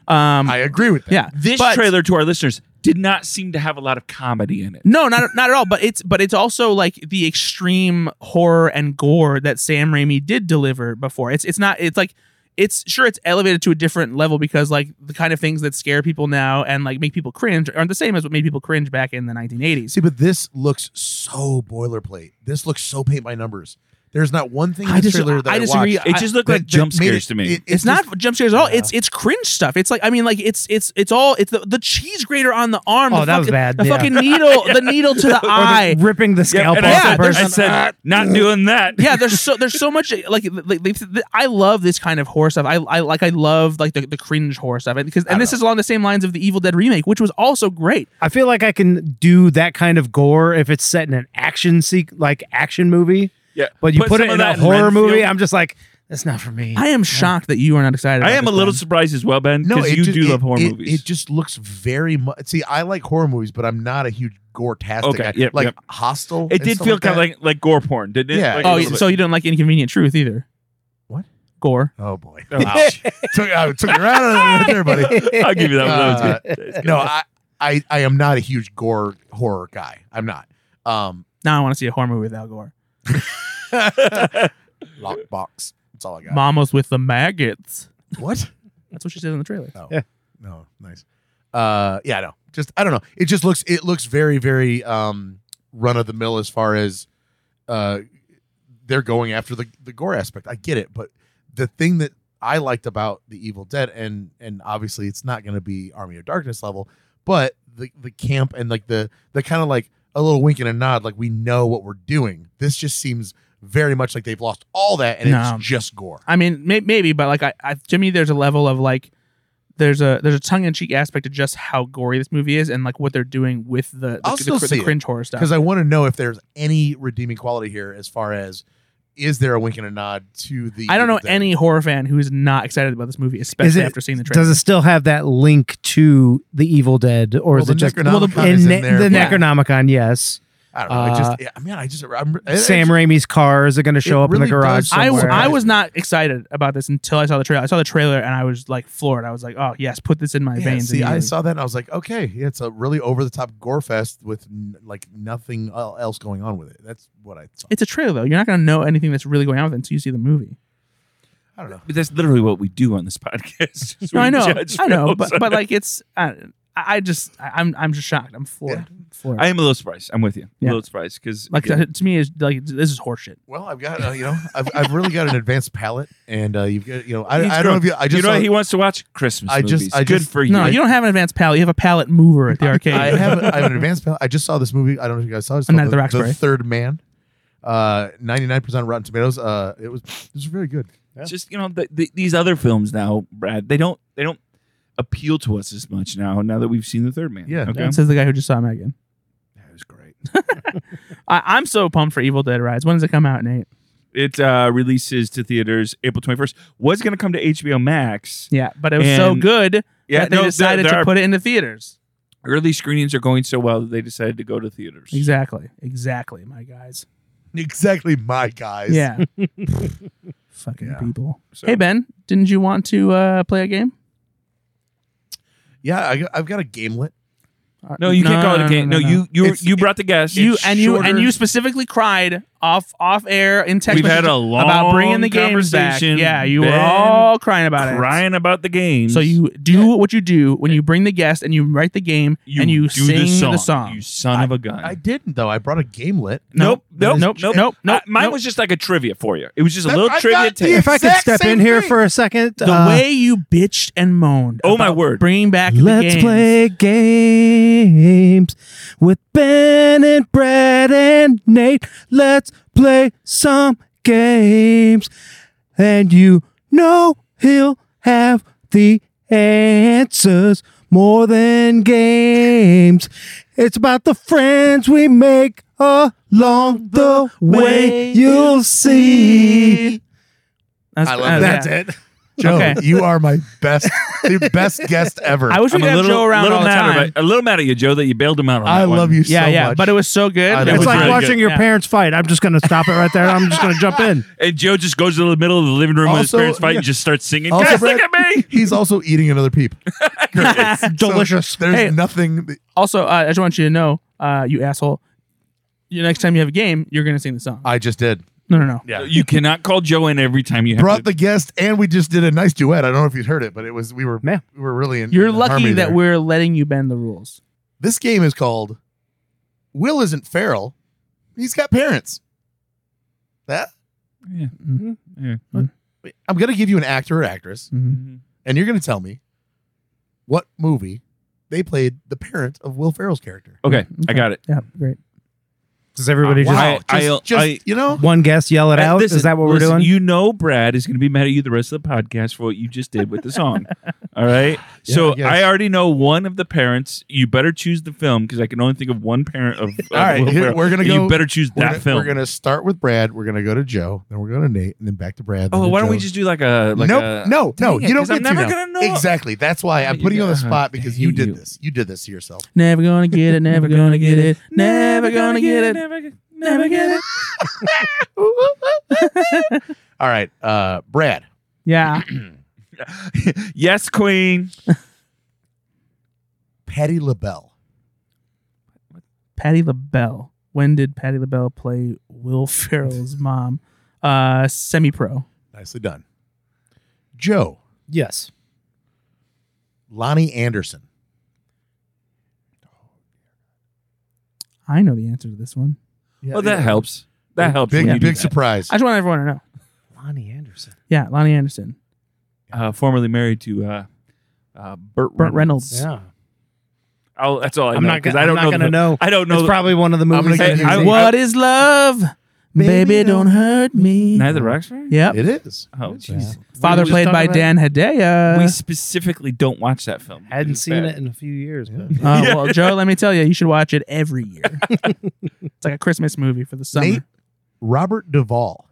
Um,
I agree with that.
yeah,
this
but-
trailer to our listeners did not seem to have a lot of comedy in it.
No, not not at all. But it's but it's also like the extreme horror and gore that Sam Raimi did deliver before. It's it's not it's like it's sure it's elevated to a different level because like the kind of things that scare people now and like make people cringe aren't the same as what made people cringe back in the 1980s.
See, but this looks so boilerplate. This looks so paint by numbers. There's not one thing in
I
this
dis-
trailer that
I
I
disagree.
watched
It just looked
that-
like
that
jump
made
scares
it-
to me.
it-
It's, not
just-
jump scares at all.
Yeah.
It's it's cringe stuff. It's like I mean like it's it's it's all it's the, the cheese grater on the arm.
Oh,
the
that was
fucking-
bad,
The
yeah.
fucking needle, the needle to the eye.
ripping the scalp
and I,
off
yeah,
the
said,
there's-
person.
I said, not doing that.
yeah there's so there's so much like, like they- th- i love this kind of horror stuff i, I like i love like the, the cringe horror stuff and because and this is along the same lines of the evil dead remake which was also great
I feel like I can do that kind of gore if it's set in an action sequ- like action movie.
Yeah.
But you put,
some
it
of
in
that
a horror
Renfield.
movie, I'm just like, that's not for me.
i am shocked that you are not excited
I
about
am a
this
little
one.
surprised as well, Ben,
No,
because
it
you
just-
do
it-
love horror
it-
movies.
It just looks very much. See, I like horror movies, but I'm not a huge gore tastic.
Okay, yep,
like
yep.
Hostile.
It did feel kind of like like gore porn, didn't it?
Yeah.
Like, a
oh
little
so
bit.
you don't like inconvenient truth either
What?
gore
Oh boy! Wow. took, I took you right out of there, buddy.
I'll give you that. one. That was good.
No, I, I, I am not a huge gore horror guy. I'm not. Um,
now i want to see a horror movie without gore
lockbox. That's all I got.
mama's with the maggots
what?
that's what she said in the trailer
Oh,
Yeah.
no, nice. Uh, yeah, no, just I don't know. It just looks it looks very very um run of the mill as far as uh they're going after the the gore aspect. I get it, but the thing that I liked about the Evil Dead and and obviously it's not going to be Army of Darkness level, but the the camp and like the the kind of like a little wink and a nod, like we know what we're doing. This just seems very much like they've lost all that and
No.
it's just gore.
I mean, may- maybe, but like I, I, to me, there's a level of like, there's a there's a tongue in cheek aspect to just how gory this movie is and like what they're doing with the the,
I'll
the,
still
cr-
see
the
it,
cringe horror stuff.
because I want to know if there's any redeeming quality here as far as is there a wink and a nod to the.
I don't know
Evil Dead?
any horror fan who is not excited about this movie, especially
it-
after seeing the trailer.
Does it still have that link to the Evil Dead, or
Well,
is
the
it just
Necronomicon is
in,
in there,
the
but-
Necronomicon? Yes,
I don't know. it just yeah, I mean, I just I'm, it- it's-
Sam Raimi's cars are going to show
it
up in
really
the garage.
does sound
I,
Somewhere.
I was not excited about this until I saw the trailer. I saw the trailer and I was like floored. I was like, oh yes, put this in my
yeah,
veins.
see, I
immediately.
saw that and I was like, okay, yeah, it's a really over the top gore fest with n- like nothing el- else going on with it. That's what I saw.
It's a trailer though. You're not going to know anything that's really going on with it until you see the movie.
I don't know.
But that's literally what we do on this podcast. is
No,
we
I know,
judge
I know,
films.
but but like it's I, I just I, I'm I'm just shocked. I'm floored. Floored.
I am a little surprised. I'm with you.
Yeah.
A little surprised because
like to, to me is like this is horseshit.
Well, I've got uh, you know, I've, I've really got an advanced palate, and uh, you've got you know, I,
He's
I don't know if you. I just
you know
saw-
what he wants to watch Christmas
I just-
movies.
I
Good
just-
for you.
No, you don't have an advanced palette. You have a palette mover at the arcade.
I have, a, I have an advanced palate. I just saw this movie. I don't know if you guys saw it. It's
I'm
called
not at the Roxbury.
Third Man. Uh, 99% Rotten Tomatoes. Uh, it was it was very good.
just you know the, the, these other films now, Brad. They don't they don't appeal to us as much now. Now that we've seen the third man.
Yeah.
Okay.
That says the guy who just saw Megan.
That was great.
I, I'm so pumped for Evil Dead Rise. When does it come out, Nate?
It uh, releases to theaters April 21st. Was going to come to HBO Max.
Yeah, but it was so
And-
good that they
no, there-
decided
there
to
are-
put it into theaters.
early screenings are going so well that they decided to go to theaters.
Exactly. Exactly, my guys.
Exactly my guys.
Yeah. Fucking
Yeah.
people.
So-
Hey Ben, didn't you want to uh, play a game?
Yeah, I, got- I've got a gamelet.
Uh,
No, you can't call it a game. No, you you
It's-
you brought the guest.
you
it's
and you
shorter.
and you specifically cried off off air in text
We've had
messages
a long
about bringing the games back.
conversation.
Yeah, you were
Ben
all crying about it.
crying about the games.
So you do what you do when you bring the guest and you write the game and you
do
sing
the song.
the song.
You son of a gun.
I didn't though. I brought a gamelet.
nope, nope,
nope, nope, nope,
Uh,
nope.
mine was just like a trivia for you. It was just a
That-
little
I
trivia
got the
tip.
if I could
exact
step
same
in here
thing.
for a second,
the
uh,
way you bitched and moaned.
Oh, my
about
word.
Bringing back the
Let's
games.
play games with Ben and Brad and Nate. Let's play some games. And you know he'll have the answers more than games. It's about the friends we make along the way. You'll see.
That's,
I love
uh,
that.
yeah.
That's it.
Joe,
Okay.
you are my best, your best guest ever.
I wish we
I'm
could
a
have
little,
Joe around
little
all the
mad
time.
about- a little mad at you, Joe, that you bailed him out on
I
that one.
love you
yeah,
so
yeah,
much.
but it was so good.
I
It
know.
was
It's like
really
watching
good.
your
Yeah.
parents fight. I'm just going to stop it right there. I'm just going to jump in.
And Joe just goes to the middle of the living room with his
Also-
parents fight and just starts singing.
Also,
Guys,
Brad-
look at me!
he's also eating another peep. So
Delicious.
there's
Hey.
nothing. that-
Also, uh, I just want you to know, uh, you asshole. You, next time you have a game, you're gonna sing the song.
I just did.
no, no, no.
Yeah.
You cannot call Joe in every time you have
Brought
to.
the guest, and we just did a nice duet. I don't know if you heard it, but it was we were
Yeah.
we were really in.
You're
in
lucky
harmony
that
there.
we're letting you bend the rules.
This game is called Will isn't feral. He's got parents. That
Yeah. Yeah.
I'm gonna give you an actor or actress,
Mm-hmm.
Mhm.
and you're gonna tell me what movie they played the parent of Will Ferrell's character.
Okay, I got it.
Yeah, great.
Does everybody just
Wow. I-
just,
I-
just,
I-
you know,
one guest yell it
Uh,
out?
listen,
Is that what we're
listen,
doing?
You know, Brad is going to be mad at you the rest of the podcast for what you just did with the song. All right. so
I guess.
I already know one of the parents. You better choose the film because I can only think of one parent of. of
All right,
Will
here-
Ferrell.
we're gonna
And
go-
You better choose
we're
that
gonna,
film.
we're gonna start with Brad. We're gonna go to Joe, then we're gonna Nate, and then back to Brad. then
oh,
to
why don't we
Joe.
just do like a like
nope,
a
no, no,
Dang
you
it,
don't
'cause
get
I'm
to
never
now.
gonna know.
exactly. That's why I'm
You
putting you on the
got-
spot because you
hate
did
you.
this. You did this to yourself.
Never gonna get it. Never gonna get it. Never gonna get it.
Never, get-
Never get it.
All right, uh, Brad.
Yeah.
yes, Queen.
Patty LaBelle.
Patty LaBelle. When did Patty LaBelle play Will Ferrell's mom? Uh, Semi pro.
Nicely done. Joe.
yes.
Lonnie Anderson.
I know the answer to this one.
Yeah,
Well, that
yeah.
helps. That helps.
Big,
when you do
big
that.
surprise.
I just want everyone to know.
Lonnie Anderson.
Yeah, Lonnie Anderson,
Uh, formerly married to uh, uh, Burt
Burt
Reynolds.
Reynolds.
Yeah.
I'll, that's all I
I'm
know
not,
'cause
gonna,
I
I'm
don't
not
know.
gonna
the-
know.
I don't know.
It's
the-
probably one of the
gonna
movies.
get
I
you
didn't
I-
see.
What is love? Baby,
Baby,
don't,
don't
hurt me.
Neither Roxbury.
Yep.
It is.
Oh, jeez.
Father
We were just
played
talking
by
about
Dan Hedaya.
we specifically don't watch that film.
Uh, hadn't
It's
seen
bad.
it in a few years. man.
Uh, Well, Joe, let me tell you, you should watch it every year. it's like a Christmas movie for the summer.
Nate. Robert Duvall.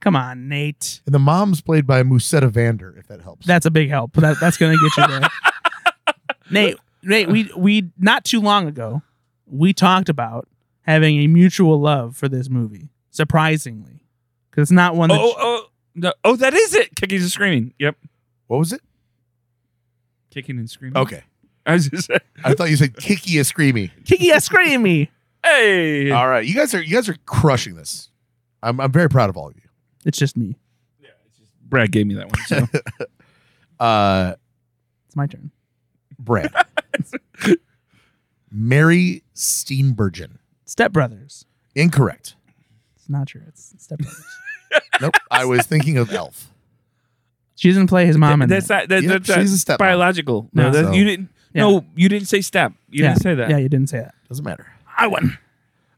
Come on, Nate.
And the mom's played by Musetta Vander, if that helps.
That's a big help. That, that's going to get you there. Nate, Nate, we we not too long ago, we talked about having a mutual love for this movie. Surprisingly, because it's not one that
Oh, oh, no. oh, that is it. Kicking and screaming. Yep.
what was it?
Kicking and screaming.
Oh.
Okay.
I was just saying,
I thought you said Kiki is screamy.
Kiki is screaming me.
hey.
Uh,
All right. You guys are you guys are crushing this. I'm I'm very proud of all of you.
It's just me.
Brad gave me that one. So.
Uh
It's my turn.
Brad. Mary Steenburgen.
Step Brothers.
Incorrect.
It's not true. It's Step Brothers.
Nope. I was thinking of Elf.
she doesn't play his mom in
that's
that.
not that,
Yep,
that's not
she's a step.
biological.
No.
No, that,
So-
you didn't. No, you didn't say step. You didn't say that.
Yeah, you didn't say that.
Doesn't matter.
I won.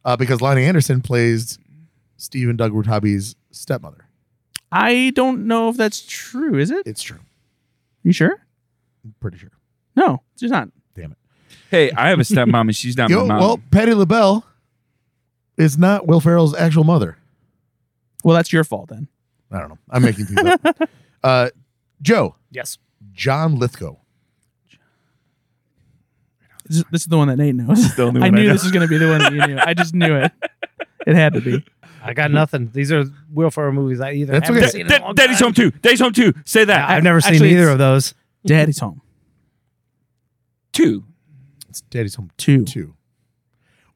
Uh, because Lonnie Anderson plays Stephen Doug Wurtabe's stepmother.
I don't know if that's true. Is it?
It's true.
You sure?
I'm pretty sure.
No, it's just not.
Hey, I have a stepmom and she's not
Yo,
my mom.
well, Patty LaBelle is not Will Ferrell's actual mother.
Well, that's your fault then.
I don't know. I'm making things up. Uh, Joe,
Yes.
John Lithgow.
This is, this is the one that Nate knows.
the only
I
one I
knew
know.
this was going to be the one that you knew. I just knew it. It had to be.
I got nothing. These are Will Ferrell movies I either
That's
haven't
okay.
Da-
seen in a
da-
long
Daddy's
time.
home too. Daddy's home too. Say that.
I've never seen
Actually,
either
it's-
of those.
Daddy's home.
two.
It's Daddy's Home
Two.
Two.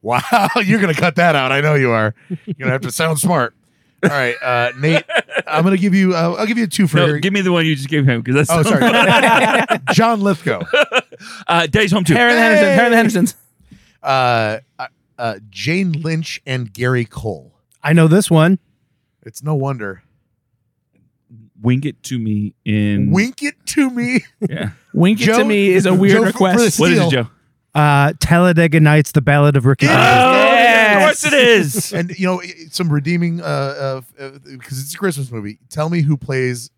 Wow, you're gonna cut that out. I know you are. You're gonna have to sound smart. All right, uh, Nate. I'm gonna give you. Uh, I'll give you a two for.
No,
your-
give me the one you just gave him because that's
oh, sorry, John Lithgow.
uh, Daddy's home too.
Harry and the Hendersons. Harry and the Hendersons.
Uh, uh, Jane Lynch and Gary Cole.
I know this one.
It's no wonder.
Wink it to me in.
Wink it to me.
Yeah.
Wink it
Joe-
to me is a weird
Joe for- for
request.
the-
What is
Steal.
it, Joe?
Uh, Talladega Nights, The Ballad of Ricky.
Yeah.
Bobby.
Oh,
Yes.
of course it is.
and you know i- some redeeming uh because uh, 'cause it's a christmas movie tell me who plays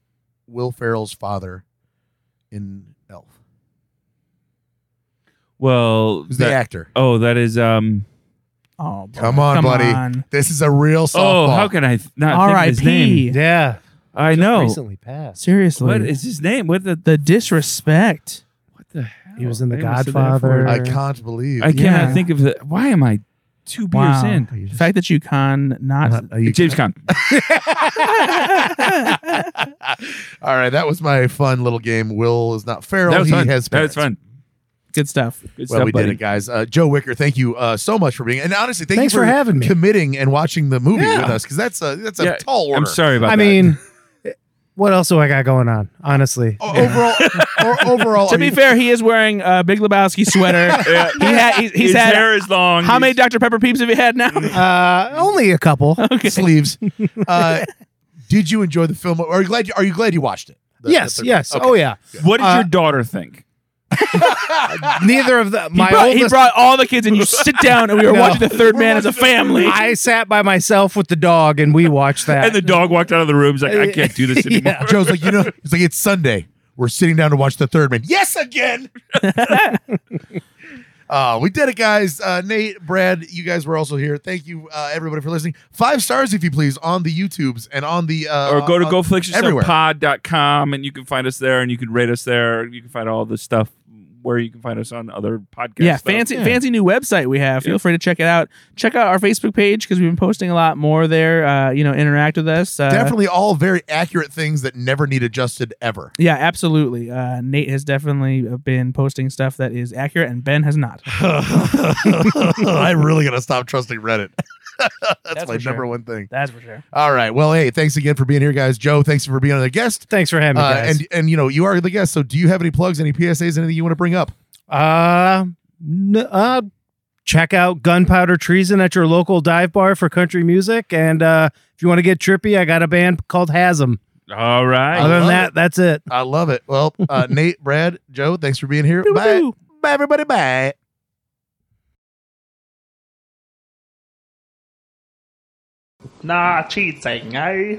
will farrell's father in elf
Well,
Who's the
that,
actor?
oh, that is um.
Oh, boy.
Come on, buddy.
on.
This is a real softball.
Oh, how can I th- not think of his name?
R.I.P.
Yeah.
I know.
Recently passed.
Seriously,
What is his name? What the
the disrespect?
what the hell?
He was in The
They must have been
Godfather.
for-
I can't believe.
I cannot
Yeah.
think of the. Why am I two beers
Wow.
in?
The fact that you con not
Uh-huh.
Not- are you-
James Conn.
All right, that was my fun little game. Will is not feral.
That was
he
fun.
has
That was
parents.
fun.
good stuff.
Good
Well,
stuff,
we
buddy.
did it, guys. Uh, Joe Wicker, thank you uh, so much for being. And honestly, thank
Thanks
you
for having me.
committing and watching the movie
Yeah.
with us because that's a that's a
Yeah,
tall order.
I'm sorry about
I
that.
mean, what else do I got going on? Honestly.
O- overall, or, overall, I
To be
mean,
fair, he is wearing a Big Lebowski sweater.
Yeah.
He had. He's, he's
His
had.
hair is long.
how many
He's-
Dr Pepper peeps have you had now?
Uh, only a couple.
okay.
sleeves. Uh, did you enjoy the film? Are you glad? You, are you glad you watched it? The-
yes,
the third-
yes.
Okay.
Oh yeah.
What did
Uh,
your daughter think?
Neither of the
He,
my
brought, he
oldest.
brought all the kids, and you sit down, and we were
No.
watching the Third Man as a family.
I sat by myself with the dog and we watched that.
And the dog walked out of the room. He's like, I can't do this
Yeah.
anymore.
Joe's like, you know, it's like it's Sunday. We're sitting down to watch the third man. Yes, again. uh, we did it, guys. Uh, Nate, Brad, you guys were also here. Thank you, uh, everybody, for listening. Five stars, if you please, on the YouTubes and on the. Uh,
or go to
on- everywhere.
goflixyourselfpod.com and you can find us there and you can rate us there. You can find all the stuff where you can find us on other podcasts.
yeah, fancy fancy new website we have. Feel free to check it out. Check out our Facebook page because we've been posting a lot more there. Uh, you know, interact with us. Uh,
Definitely all very accurate things that never need adjusted ever.
Yeah, absolutely. Uh, Nate has definitely been posting stuff that is accurate, and Ben has not.
I'm really going to stop trusting Reddit. That's,
That's
my
for sure.
number one thing.
That's for sure.
All right. Well, hey, thanks again for being here, guys. Joe, thanks for being another guest.
Thanks for having me,
Uh,
guys.
and and you know you are the guest. So do you have any plugs, any PSAs, anything you want to bring up?
Uh, n- uh, check out Gunpowder Treason at your local dive bar for country music. And uh, if you want to get trippy, I got a band called Hasm.
All right.
Other than
love
that, that's it.
I love it. Well, uh, Nate, Brad, Joe, thanks for being here. Bye,
Boo-boo.
bye, everybody. Bye.
Nah, cheating, eh?